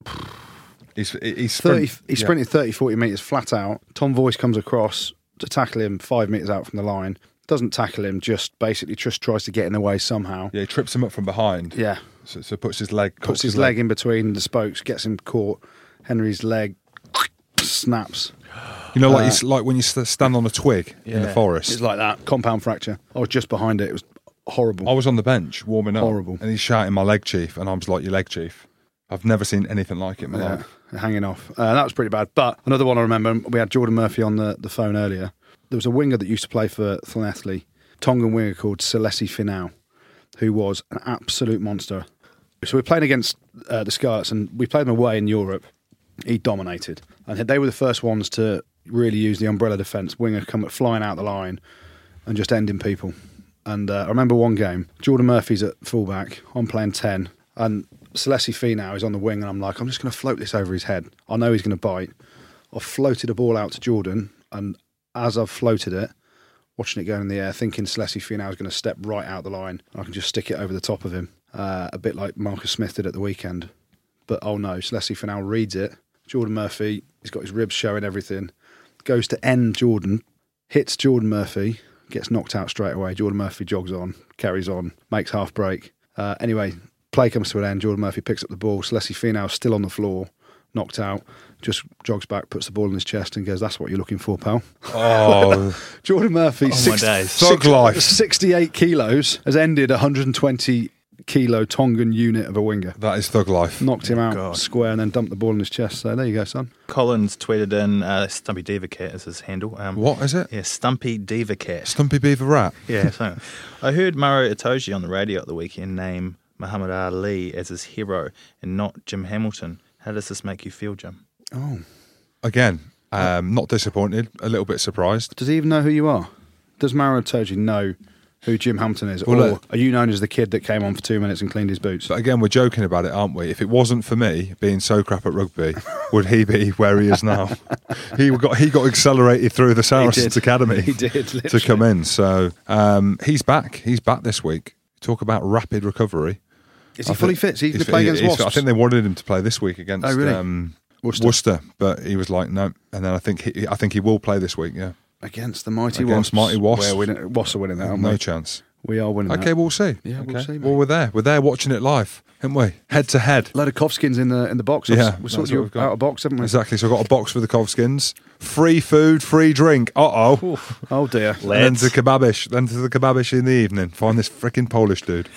He's he's 30, sprint- He's yeah. sprinting 30, 40 metres flat out. Tom Voice comes across to tackle him five metres out from the line. Doesn't tackle him, just basically just tries to get in the way somehow. Yeah, he trips him up from behind. Yeah. So, so puts his leg. puts his leg in between the spokes, gets him caught. Henry's leg snaps. You know, like it's like when you s- stand on a twig in the Yeah. forest. uh, It's like that compound fracture. I was just behind it. It was horrible. I was on the bench warming up. Horrible. And he's shouting, "My leg, chief!" And I was like, "Your leg, chief." I've never seen anything like it in my Yeah, life. hanging off. Uh, that was pretty bad. But another one I remember, we had Jordan Murphy on the, the phone earlier. There was a winger that used to play for Llanelli, Tongan winger called Selesi Finau, who was an absolute monster. So we were playing against uh, the Scarlets and we played them away in Europe. He dominated. And they were the first ones to really use the umbrella defence. Winger come flying out the line and just ending people. And uh, I remember one game, Jordan Murphy's at fullback. I'm playing 10. And Celeste Fee now is on the wing. And I'm like, I'm just going to float this over his head. I know he's going to bite. I've floated a ball out to Jordan. And as I've floated it, watching it going in the air, thinking Celeste Fee now is going to step right out the line. And I can just stick it over the top of him, uh, a bit like Marcus Smith did at the weekend. But oh no, Celeste Fee now reads it. Jordan Murphy, he's got his ribs showing everything, goes to end Jordan, hits Jordan Murphy, gets knocked out straight away. Jordan Murphy jogs on, carries on, makes half break. Uh, anyway, play comes to an end. Jordan Murphy picks up the ball. Celeste Finau's still on the floor, knocked out, just jogs back, puts the ball in his chest, and goes, That's what you're looking for, pal. Oh, Jordan Murphy, six- days. Thug life. 68 kilos, has ended a 120 kilo Tongan unit of a winger. that is thug life. Knocked him out God. square and then dumped the ball in his chest. So there you go, son. Collins tweeted in uh, Stumpy Diva Cat is his handle. Um, What is it? Yeah, Stumpy Diva Cat. Stumpy Beaver Rat. Yeah, so I heard Maro Itoji on the radio at the weekend name Muhammad Ali as his hero and not Jim Hamilton. How does this make you feel, Jim? Again, um, not disappointed. A little bit surprised. Does he even know who you are? Does Maro Toji know who Jim Hampton is? Well, or look- are you known as the kid that came on for two minutes and cleaned his boots? But again, we're joking about it, aren't we? If it wasn't for me being so crap at rugby, would he be where he is now? he got he got accelerated through the Saracens did. Academy He did, to literally. come in. So um, he's back. He's back this week. Talk about rapid recovery. Is I he fully think- fit? Is he going he's to play fit. against He's Wasps? fit. I think they wanted him to play this week against Oh, really? um, Worcester. Worcester. but he was like, no. And then I think he, I think he will play this week. Yeah, against the mighty Against Wasps. mighty Wasps. We're winning, Wasps are winning that, aren't no we? chance. We are winning Okay, that. we'll see. Yeah, we'll Okay. see, mate. Well, we're there. We're there watching it live, aren't we? Head to head. Load of Kovskins in the in the box. Yeah, we that's sorted what you we've got. out of box, haven't we? Exactly. So I've got a box for the Kovskins. Free food, free drink. Uh oh. Oh dear. Then to kebabish. Then to the kebabish in the evening. Find this freaking Polish dude.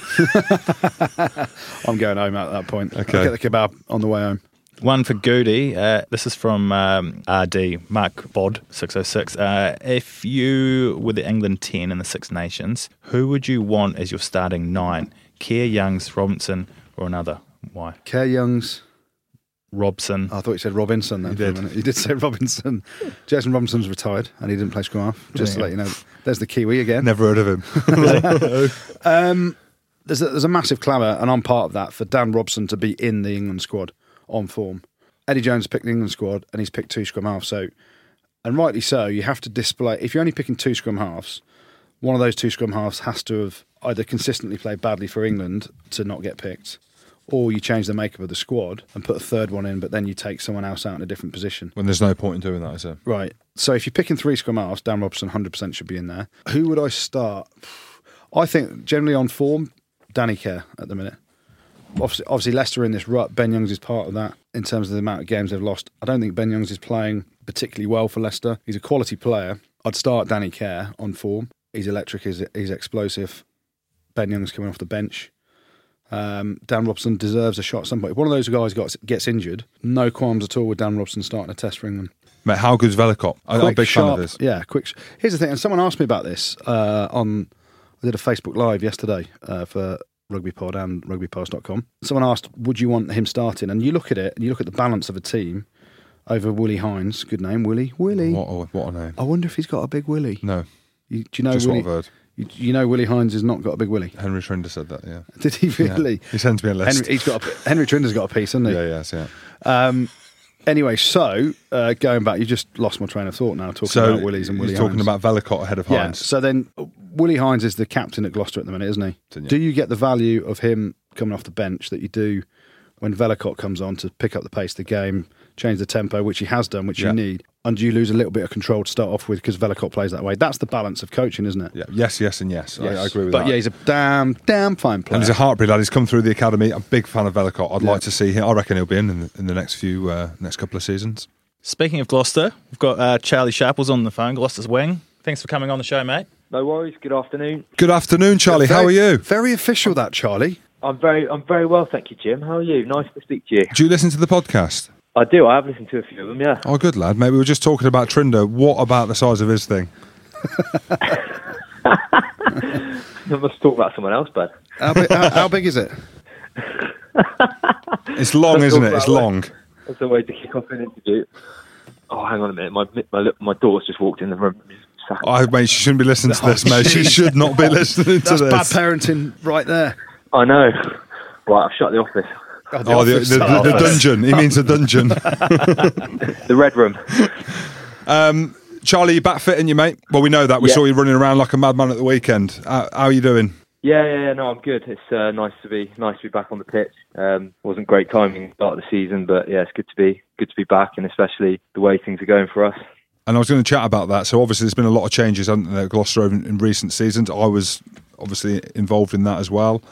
I'm going home at that point. Okay. I'll get the kebab on the way home. One for Goody. Uh, this is from um, RD Mark Bod six oh six. Uh, If you were the England ten in the Six Nations, who would you want as your starting nine? Keir Youngs, Robinson, or another? Why Kerr Youngs. Oh, Robson? I thought you said Robinson then. You for a did. minute. You did say Robinson. Jason Robinson's retired and he didn't play scrum half. Just to Yeah. let you know, there's the Kiwi again. Never heard of him. There's a, there's a massive clamour, and I'm part of that for Dan Robson to be in the England squad on form. Eddie Jones picked the England squad, and he's picked two scrum halves. So, and rightly so, you have to display. If you're only picking two scrum halves, one of those two scrum halves has to have either consistently played badly for England to not get picked, or you change the makeup of the squad and put a third one in, but then you take someone else out in a different position. when there's no point in doing that, is there? Right. So if you're picking three scrum halves, Dan Robson 100% should be in there. Who would I start? I think generally on form, Danny Kerr at the minute. Obviously, obviously, Leicester are in this rut. Ben Youngs is part of that in terms of the amount of games they've lost. I don't think Ben Youngs is playing particularly well for Leicester. He's a quality player. I'd start Danny Kerr on form. He's electric, he's, he's explosive. Ben Young's coming off the bench. Um, Dan Robson deserves a shot at some point. If one of those guys got, gets injured, no qualms at all with Dan Robson starting a test for England. Mate, how good's Velikop? I- I'm a big fan of his. Yeah, quick. Sh- Here's the thing, and someone asked me about this uh, on. I did a Facebook Live yesterday uh, for Rugby Pod and RugbyPost.com. Someone asked, "Would you want him starting?" And you look at it, and you look at the balance of a team over Willie Hines. Good name, Willie. Willie. What a, what a name. I wonder if he's got a big Willie. No, You, do you know just Willie? what I've heard. You, you know Willie Hines has not got a big Willie. Henry Trinder said that, yeah. Did he Yeah. really? He sends me a list. Henry, he's got a, Henry Trinder's got a piece, hasn't he? yeah, yes, yeah. Um, anyway, so uh, going back, you just lost my train of thought now talking So about Willies and Willie. he's talking Hines. about Velikot ahead of yeah. Hines. So then uh, Willie Hines is the captain at Gloucester at the minute, isn't he? Didn't you? Do you get the value of him coming off the bench that you do when Velikot comes on to pick up the pace of the game, change the tempo, which he has done, which Yeah. you need, and you lose a little bit of control to start off with because Velikot plays that way. That's the balance of coaching, isn't it? Yeah. Yes, yes, and yes. I, I agree with but that. yeah, he's a damn, damn fine player. and he's a Hartbury lad. He's come through the academy. I'm a big fan of Velikot. I'd Yeah. like to see him. I reckon he'll be in in the, in the next few, uh, next couple of seasons. Speaking of Gloucester, we've got uh, Charlie Sharples on the phone, Gloucester's wing. Thanks for coming on the show, mate. No worries. Good afternoon. Good afternoon, Charlie. How are Very- you? Very official, that Charlie. I'm very, I'm very well, thank you, Jim. How are you? Nice to speak to you. Do you listen to the podcast? I do. I have listened to a few of them. Yeah. Oh, good lad. Mate, we were just talking about Trinder. What about the size of his thing? I must talk about someone else, but How big, how, how big is it? It's long, isn't it? It's Right. long. that's a way to kick off an interview. Oh, hang on a minute. My my lip- my daughter's just walked in the room. I mate, she shouldn't be listening to this, mate. She should not be listening to That's bad this. parenting right there. I know. Right, I've shut the office. Oh, the, the, the, the dungeon. He means the dungeon. The red room. Charlie, you back fitting you, mate. Well, we know that. We Yeah. saw you running around like a madman at the weekend. How, how are you doing? Yeah, yeah, yeah. No, I'm good. It's uh, nice to be nice to be back on the pitch. Um, wasn't great timing at the start of the season, but yeah, it's good to be good to be back, and especially the way things are going for us. And I was going to chat about that. So obviously, there's been a lot of changes haven't there, at Gloucester over in, in recent seasons. I was obviously involved in that as well.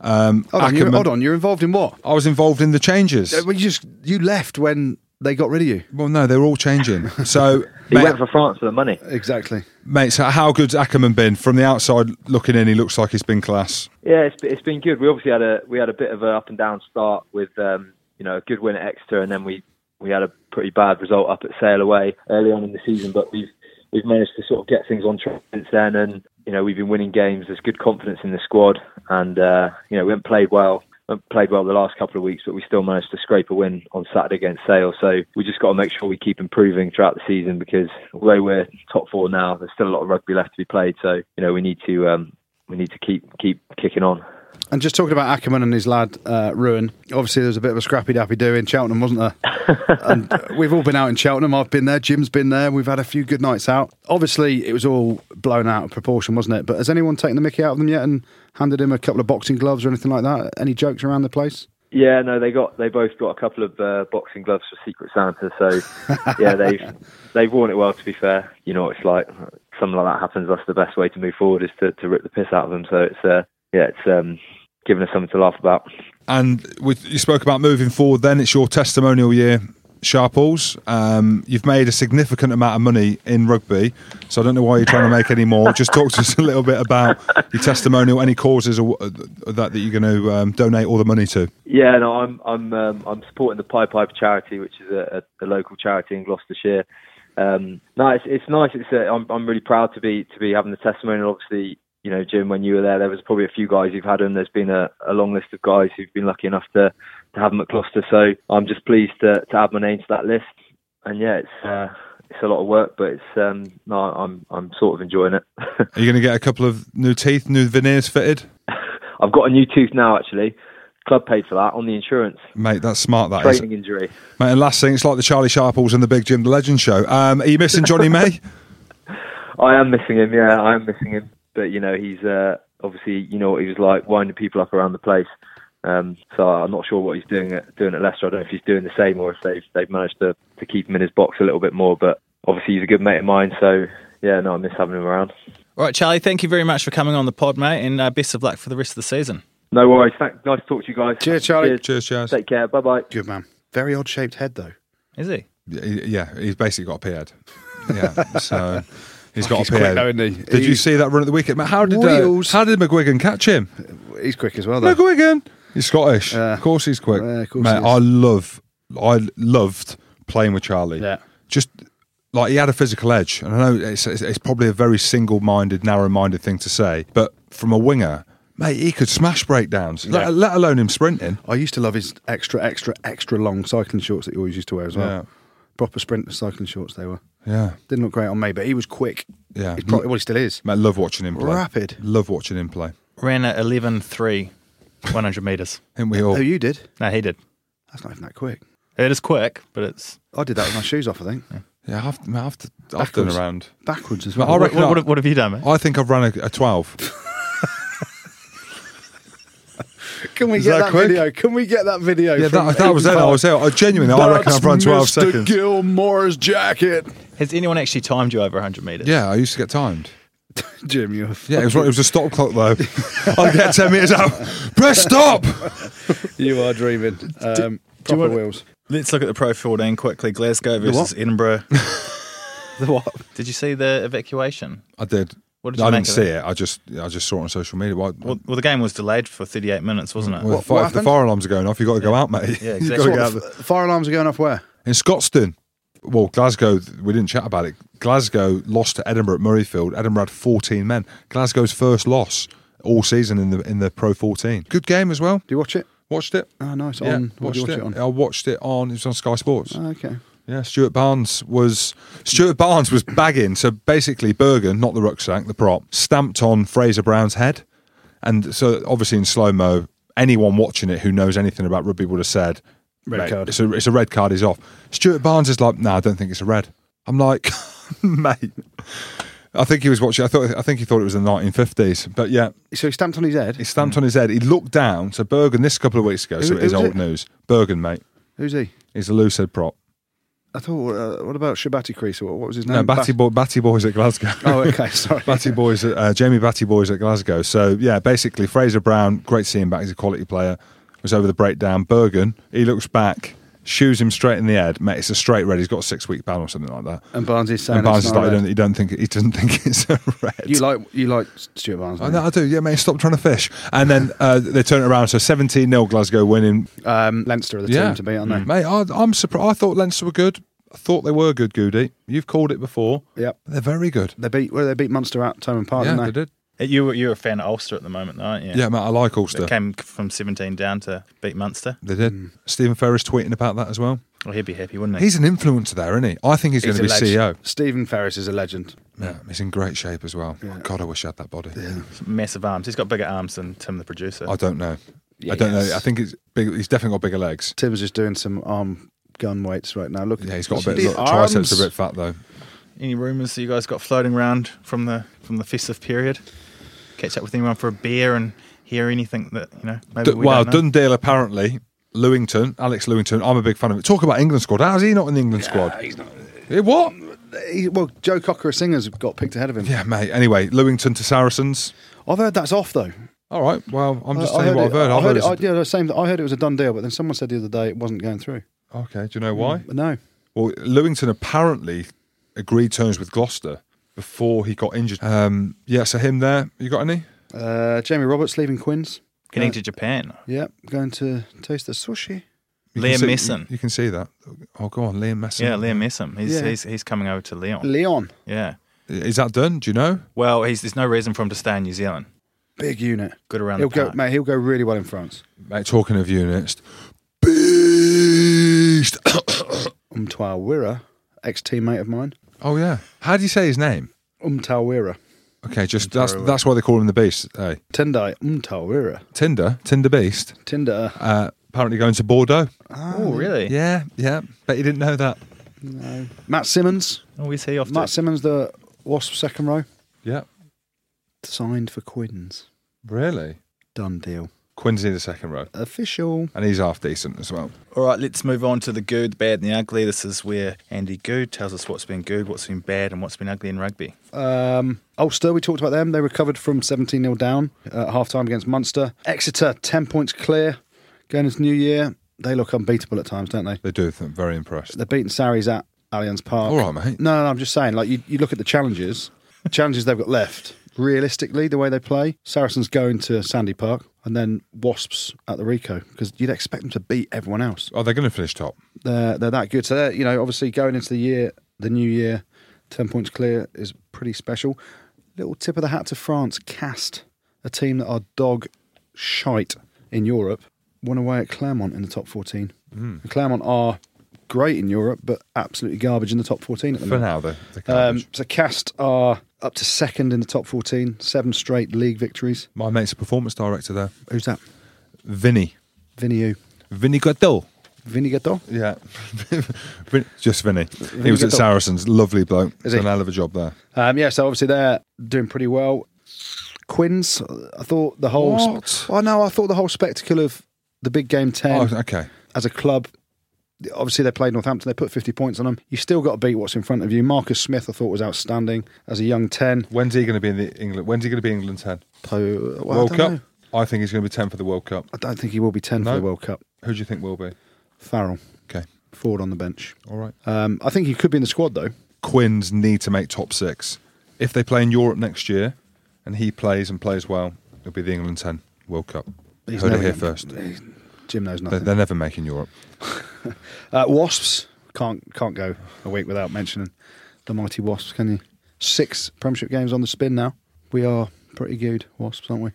Um, Hold on, you're, Ackerman- hold on, you're involved in what? I was involved in the changes. Uh, well, You just you left when they got rid of you. Well, no, they were all changing. So, He mate, went for France for the money. Exactly. mate, so how good's Ackerman been? From the outside looking in, he looks like he's been class. Yeah, it's, it's been good. We obviously had a we had a bit of an up and down start with um, you know a good win at Exeter, and then we we had a pretty bad result up at Sale away early on in the season. But we've we've managed to sort of get things on track since then, and you know we've been winning games. There's good confidence in the squad, and uh, you know we haven't played well. haven't Played well the last couple of weeks, but we still managed to scrape a win on Saturday against Sale. So we just got to make sure we keep improving throughout the season because although we're top four now, there's still a lot of rugby left to be played. So you know we need to um, we need to keep keep kicking on. And just talking about Ackerman and his lad uh, Ruin. Obviously, there was a bit of a scrappy dappy do in Cheltenham, wasn't there? and uh, we've all been out in Cheltenham. I've been there. Jim's been there. We've had a few good nights out. Obviously, it was all blown out of proportion, wasn't it? But has anyone taken the Mickey out of them yet and handed him a couple of boxing gloves or anything like that? Any jokes around the place? Yeah, no, they got they both got a couple of uh, boxing gloves for Secret Santa. So yeah, they've they've worn it well. To be fair, you know what it's like. Something like that happens. That's the best way to move forward is to, to rip the piss out of them. So it's uh, yeah, it's um, giving us something to laugh about. And with, you spoke about moving forward. Then it's your testimonial year, Sharples. Um, you've made a significant amount of money in rugby, so I don't know why you're trying to make any more. Just talk to us a little bit about your testimonial, any causes or, uh, that that you're going to um, donate all the money to. Yeah, no, I'm I'm um, I'm supporting the Pie Pipe charity, which is a, a, a local charity in Gloucestershire. Um, no, it's it's nice. It's uh, I'm I'm really proud to be to be having the testimonial. Obviously, you know, Jim, when you were there, there was probably a few guys who've had them. There's been a, a long list of guys who've been lucky enough to to have them at Gloucester. So I'm just pleased to to add my name to that list. And yeah, it's uh, it's a lot of work, but it's um, no, I'm I'm sort of enjoying it. Are you going to get a couple of new teeth, new veneers fitted, I've got a new tooth now, actually. Club paid for that on the insurance mate? That's smart. That is, training injury. mate. And last thing, it's like the Charlie Sharples and the Big Jim, the Legend Show. Um, are you missing Johnny May? I am missing him. Yeah, I am missing him. But you know, he's uh, obviously you know what he was like, winding people up around the place. Um, so I'm not sure what he's doing at doing at Leicester. I don't know if he's doing the same or if they've they've managed to to keep him in his box a little bit more. But obviously he's a good mate of mine. So yeah, no, I miss having him around. All right, Charlie, thank you very much for coming on the pod, mate, and uh, best of luck for the rest of the season. No worries. Thank, nice to talk to you guys. Cheers, Charlie. Cheers, cheers. Take care. Bye bye. Good man. Very odd shaped head, though. Is he? Yeah, he's basically got a beard. Yeah, so. He's got Fuck, he's a PA. quick though, isn't he? Did you He's- see that run at the wicket? Man, How did uh, Wheels. how did McGuigan catch him? He's quick as well, though. McGuigan. He's Scottish. Yeah. of course he's quick. Yeah, of course Mate, he is. I love I loved playing with Charlie. Yeah. Just like he had a physical edge. And I know it's, it's, it's probably a very single minded, narrow minded thing to say, but from a winger, mate, he could smash breakdowns, Yeah. let, let alone him sprinting. I used to love his extra, extra, extra long cycling shorts that he always used to wear as well. Yeah. Proper sprint cycling shorts they were. Yeah. Didn't look great on me, but he was quick. Yeah. He's probably, well, he still is. Mate, love watching him play. Rapid. Love watching him play. Ran at 11.3, 100 metres. Ain't we all? Oh, you did? No, he did. That's not even that quick. It is quick, but it's. I did that with my shoes off, I think. Yeah, I've, mate, I've, I've done Backwards. around. Backwards as Mate, well. I What, reckon what, I- what, have you done, mate? I think I've run a, a 12. Can we Is get that that, quick? video? Can we get that video? Yeah, from that, that was it. I Park? was out. I genuinely, I reckon That's I've run 12 Mr. seconds. Gilmore's jacket. Has anyone actually timed you over 100 metres? Yeah, I used to get timed. Jim, you're a Yeah, it was, right- it was a stop clock though. I'd get 10 metres out. Press stop! You are dreaming. Um, proper want- wheels. Let's look at the Pro 14 quickly. Glasgow versus what? Edinburgh. The what? did you see the evacuation? I did. What did you I make didn't of see it? it. I just I just saw it on social media. Why, Well, well, the game was delayed for 38 minutes, wasn't it? well, what if, if the happened? fire alarms are going off, you've got to go out, mate. Yeah, You've exactly. got to get out What, the- the fire alarms are going off where? In Scotstoun, well, Glasgow, we didn't chat about it. Glasgow lost to Edinburgh at Murrayfield. Edinburgh had 14 men. Glasgow's first loss all season in the in the Pro 14. Good game as well. Do you watch it? Watched it. Oh, nice. on. What do you watch it, on? I watched it on. It was on Sky Sports. Oh, okay. Yeah, Stuart Barnes was Stuart Barnes was bagging. So basically, Bergen, not the rucksack, the prop, stamped on Fraser Brown's head, and so obviously in slow mo, anyone watching it who knows anything about rugby would have said, Red "Mate, card." It's a, it's a red card. He's off." Stuart Barnes is like, "No, I don't think it's a red." I'm like, "Mate." I think he was watching. I thought. I think he thought it was the 1950s. But yeah, So he stamped on his head. he stamped on his head. He looked down. So Bergen, this a couple of weeks ago. so Who- it is who's old it? news. Bergen, mate, Who's he? he's a lucid prop. I thought, uh, what about Shabati Crease? What, what was his name? No, Batty, Bat- boy, Batty boys at Glasgow. Oh, okay. Sorry. Batty boys, at, uh, Jamie Batty boys at Glasgow. So yeah, basically Fraser Brown, great seeing back. He's a quality player. Was over the breakdown. Bergen, he looks back, shoes him straight in the head. Mate, it's a straight red. He's got a six week ban or something like that. And Barnes is saying and Barnes it's is not like, he red. don't, he don't think he doesn't think it's a red. You like you like Stuart Barnes. I don't know, I do. Yeah, mate. Stop trying to fish. And then uh, they turn it around. So seventeen 0 Glasgow winning. you? Um, Leinster are the Yeah, Mm. team to beat, aren't they? mate. I, I'm surprised. I thought Leinster were good. I thought they were good. Goody, you've called it before. Yep. They're very good. They beat. Well, they beat Munster at Tome Park, yeah, didn't they they? did. You, were- you're a fan of Ulster at the moment, though, aren't you? Yeah, mate, I like Ulster. They came from 17 down to beat Munster. They did. Mm. Stephen Ferris tweeting about that as well. Well, he'd be happy, wouldn't he? He's an influencer there, isn't he? I think he's, He's going to a be E CEO. legend. Stephen Ferris is a legend. Yeah, he's in great shape as well. God, I wish I had that body. Massive arms. He's got bigger arms than Tim, the producer. I don't know. I don't yes. know. I think it's big. He's definitely got bigger legs. Tim's just doing some arm gun weights right now. Look, Yeah, he's got a look bit. at these Look, triceps arms. are a bit fat though. Any rumours that you guys got floating around from the from the festive period? Catch up with anyone for a beer and hear anything that you know? Maybe D- we well, don't know? Dundale apparently. Lewington, Alex Lewington. I'm a big fan of it. Talk about England squad. How's he not in the England squad? He's not. what? He- well, Joe Cocker, a singer's got picked ahead of him. Yeah, mate. Anyway, Lewington to Saracens. I've heard that's off though. All right. Well, I'm just I- I telling you what I've heard. I I've heard. it. I, it's- yeah, the same. I heard it was a done deal, but then someone said the other day it wasn't going through. Okay. Do you Hmm. know why? But no, Well, Lewington apparently agreed terms with Gloucester before he got injured. Um, yeah, so him there. You got any? uh, Jamie Roberts leaving Quinns. Getting to Japan. Yeah, going to taste the sushi. You Liam can see, Messon. You can see that. Oh, go on, Liam Messon. Yeah, Liam Messam. He's, Yeah. he's he's coming over to Leon. Leon, Yeah. Is that done? Do you know? Well, he's, there's no reason for him to stay in New Zealand. big unit. Good around He'll the go, park. mate. He'll go really well in France. Mate, talking of units. Beast. Umtawira, ex-teammate of mine. oh yeah. How do you say his name? Umtawira, Okay, just that's that's why they call him the Beast. Hey, Tendai Umtawira, Tinder, Tinder Beast. Tinder. Uh, apparently going to Bordeaux. oh, really? Yeah, yeah. Bet you didn't know that. Matt Simmons. Oh, is he off to? Matt Simmons, the Wasp second row, Yeah, signed for Quinns. really. Done deal. Quincy in the second row, Official. and he's half decent as well. All right, let's move on to the good, the bad, and the ugly. This is where Andy Good tells us what's been good, what's been bad, and what's been ugly in rugby. Um, Ulster, we talked about them. They recovered from 17 0 down at half time against Munster. Exeter, 10 points clear. Going into New Year, they look unbeatable at times, don't they? They do. I'm very impressed. They're beating Saris at Allianz Park. All right, mate. No, no, no, I'm just saying, like, you, you look at the challenges. challenges they've got left, realistically, the way they play, Saracens going to Sandy Park and then Wasps at the Rico because you'd expect them to beat everyone else. Are they going to finish top? They're, they're that good. So, they're, you know, obviously going into the year, the new year, 10 points clear is pretty special. Little tip of the hat to France, Cast, a team that are dog shite in Europe, won away at Clermont in the top 14. And Clermont are great in Europe, but absolutely garbage in the top 14 at the For moment. now, they're, they're Um, garbage. so Cast are up to second in the top 14, seven straight league victories. My mate's a performance director there, Who's that? Vinny. Vinny who? Vinny Guadal. Vinny Gadot? Yeah. Vin- Just Vinny. He was at Guadal. Saracens. Lovely bloke. Is Done he? a hell of a job there. Um, yeah, so obviously they're doing pretty well. Quins, I thought the whole. What? oh no, I thought the whole spectacle of the big game ten Oh, okay. as a club. Obviously, they played Northampton. They put fifty points on them. You still got to beat what's in front of you. Marcus Smith, I thought, was outstanding as a young ten. When's he going to be in the England? When's he going to be England ten? So, well, World I Cup. don't know. I think he's going to be ten for the World Cup. I don't think he will be ten No. for the World Cup. Who do you think will be? Farrell, Okay. Ford on the bench. All right. Um, I think he could be in the squad though. Quinns need to make top six. If they play in Europe next year, and he plays and plays well, it'll be the England ten World Cup. He's Heard it never here gonna- first. Jim knows They're, nothing. they're never making Europe. Uh, Wasps can't can't go a week without mentioning the mighty Wasps, can you? Six Premiership games on the spin now. We are pretty good Wasps, aren't we?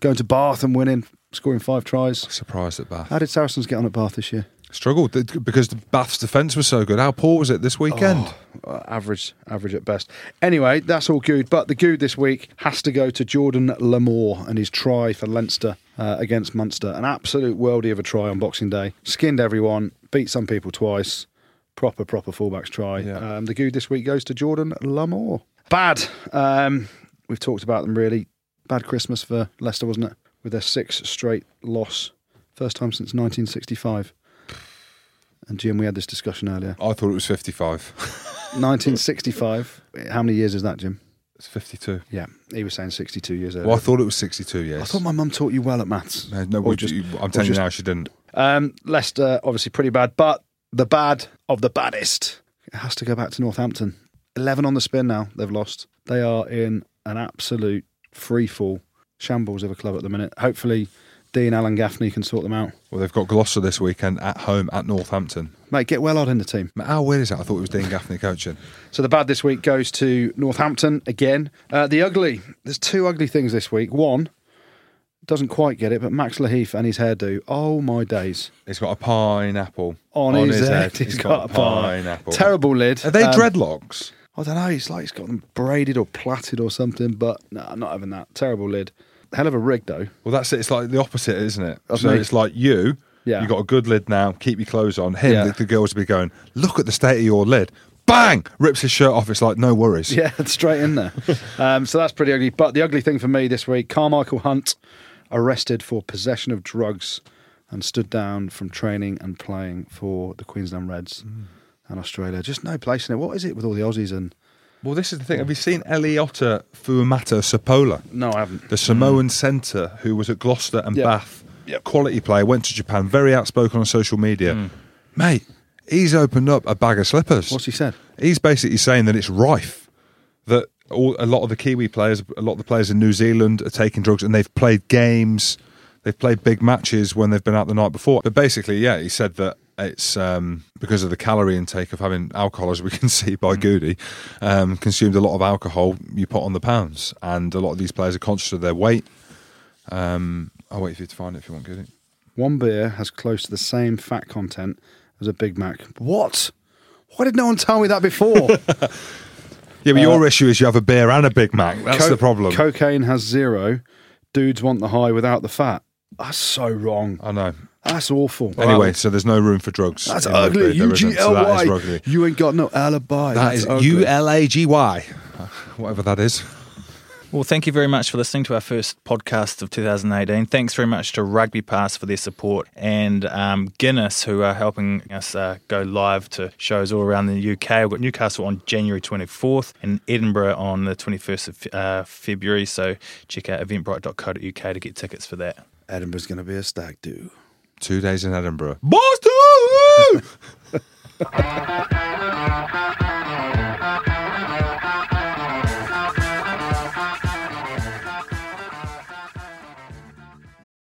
Going to Bath and winning, scoring five tries. Surprised at Bath. How did Saracens get on at Bath this year? Struggled th- because the Bath's defence was so good. How poor was it this weekend? Uh, average, average at best. Anyway, that's all good. But the good this week has to go to Jordan Lamour and his try for Leinster uh, against Munster. An absolute worldie of a try on Boxing Day. Skinned everyone, beat some people twice. Proper, proper fullbacks try. Yeah. Um, the good this week goes to Jordan Lamour. Bad. Um, we've talked about them really. Bad Christmas for Leicester, wasn't it? With their sixth straight loss. First time since 1965. And Jim, we had this discussion earlier. I thought it was fifty-five. 1965. How many years is that, Jim? it's fifty-two. Yeah, he was saying 62 years earlier. Well, I thought it was sixty-two. Yes. I thought my mum taught you well at maths. no, no Or we just- ju- or I'm telling just- you now, she didn't. Um, Leicester, obviously pretty bad, but the bad of the baddest has to go back to Northampton. 11 on the spin now, they've lost. They are in an absolute free fall, shambles of a club at the minute. Hopefully, Dean Alan Gaffney can sort them out. Well, they've got Gloucester this weekend at home at Northampton. Mate, get Wellard in the team. Mate, How weird is that? I thought it was Dean Gaffney coaching. So the bad this week goes to Northampton again. Uh, the ugly. There's two ugly things this week. One doesn't quite get it, but Max Laheath and his hairdo. Oh my days! He's got a pineapple On, his, head, he's got, a pineapple. Terrible lid. Are they Um, dreadlocks? I don't know. It's like he's got them braided or plaited or something. But no, I'm not having that. Terrible lid. Hell of a rig though. Well, that's it. It's like the opposite, isn't it? Of so me. it's like you. Yeah. You got a good lid now. Keep your clothes on. Him, Yeah. the, the girls will be going. Look at the state of your lid. Bang! Rips his shirt off. It's like no worries. Yeah, it's straight in there. um, so that's pretty ugly. But the ugly thing for me this week Carmichael Hunt arrested for possession of drugs and stood down from training and playing for the Queensland Reds Mm. and Australia. Just no place in it. What is it with all the Aussies and. Well, this is the thing. Have you seen Eliota Fuamata Sapola, No, I haven't. the Samoan centre who was at Gloucester and Hmm. Yeah. Bath? Quality player. Went to Japan. Very outspoken on social media. Mate, he's opened up a bag of slippers. Hmm. What's he said? he's basically saying that it's rife that all, a lot of the Kiwi players, a lot of the players in New Zealand are taking drugs and they've played games, they've played big matches when they've been out the night before. But basically, yeah, he said that it's um, because of the calorie intake of having alcohol, as we can see Mm. by Goody, um, consumed a lot of alcohol, you put on the pounds. And a lot of these players are conscious of their weight. Um, I'll wait for you to find it if you want, Goody. One beer has close to the same fat content as a Big Mac. What? Why did no one tell me that before? Yeah, but your issue is you have a beer and a Big Mac. That's Uh, Co- the problem. Cocaine has zero. Dudes want the high without the fat. That's so wrong. I know. That's awful. Anyway, so there's no room for drugs. That's in rugby, ugly. there isn't, So that is UGLY. rugby. You ain't got no alibi. That That's is ugly. U L A G Y, whatever that is. Well, thank you very much for listening to our first podcast of 2018. Thanks very much to Rugby Pass for their support and um, Guinness, who are helping us uh, go live to shows all around the UK. We've got Newcastle on January 24th and Edinburgh on the 21st of uh, February. So check out eventbrite.co.uk to get tickets for that. Edinburgh's going to be a stag do. Two days in Edinburgh. Boston.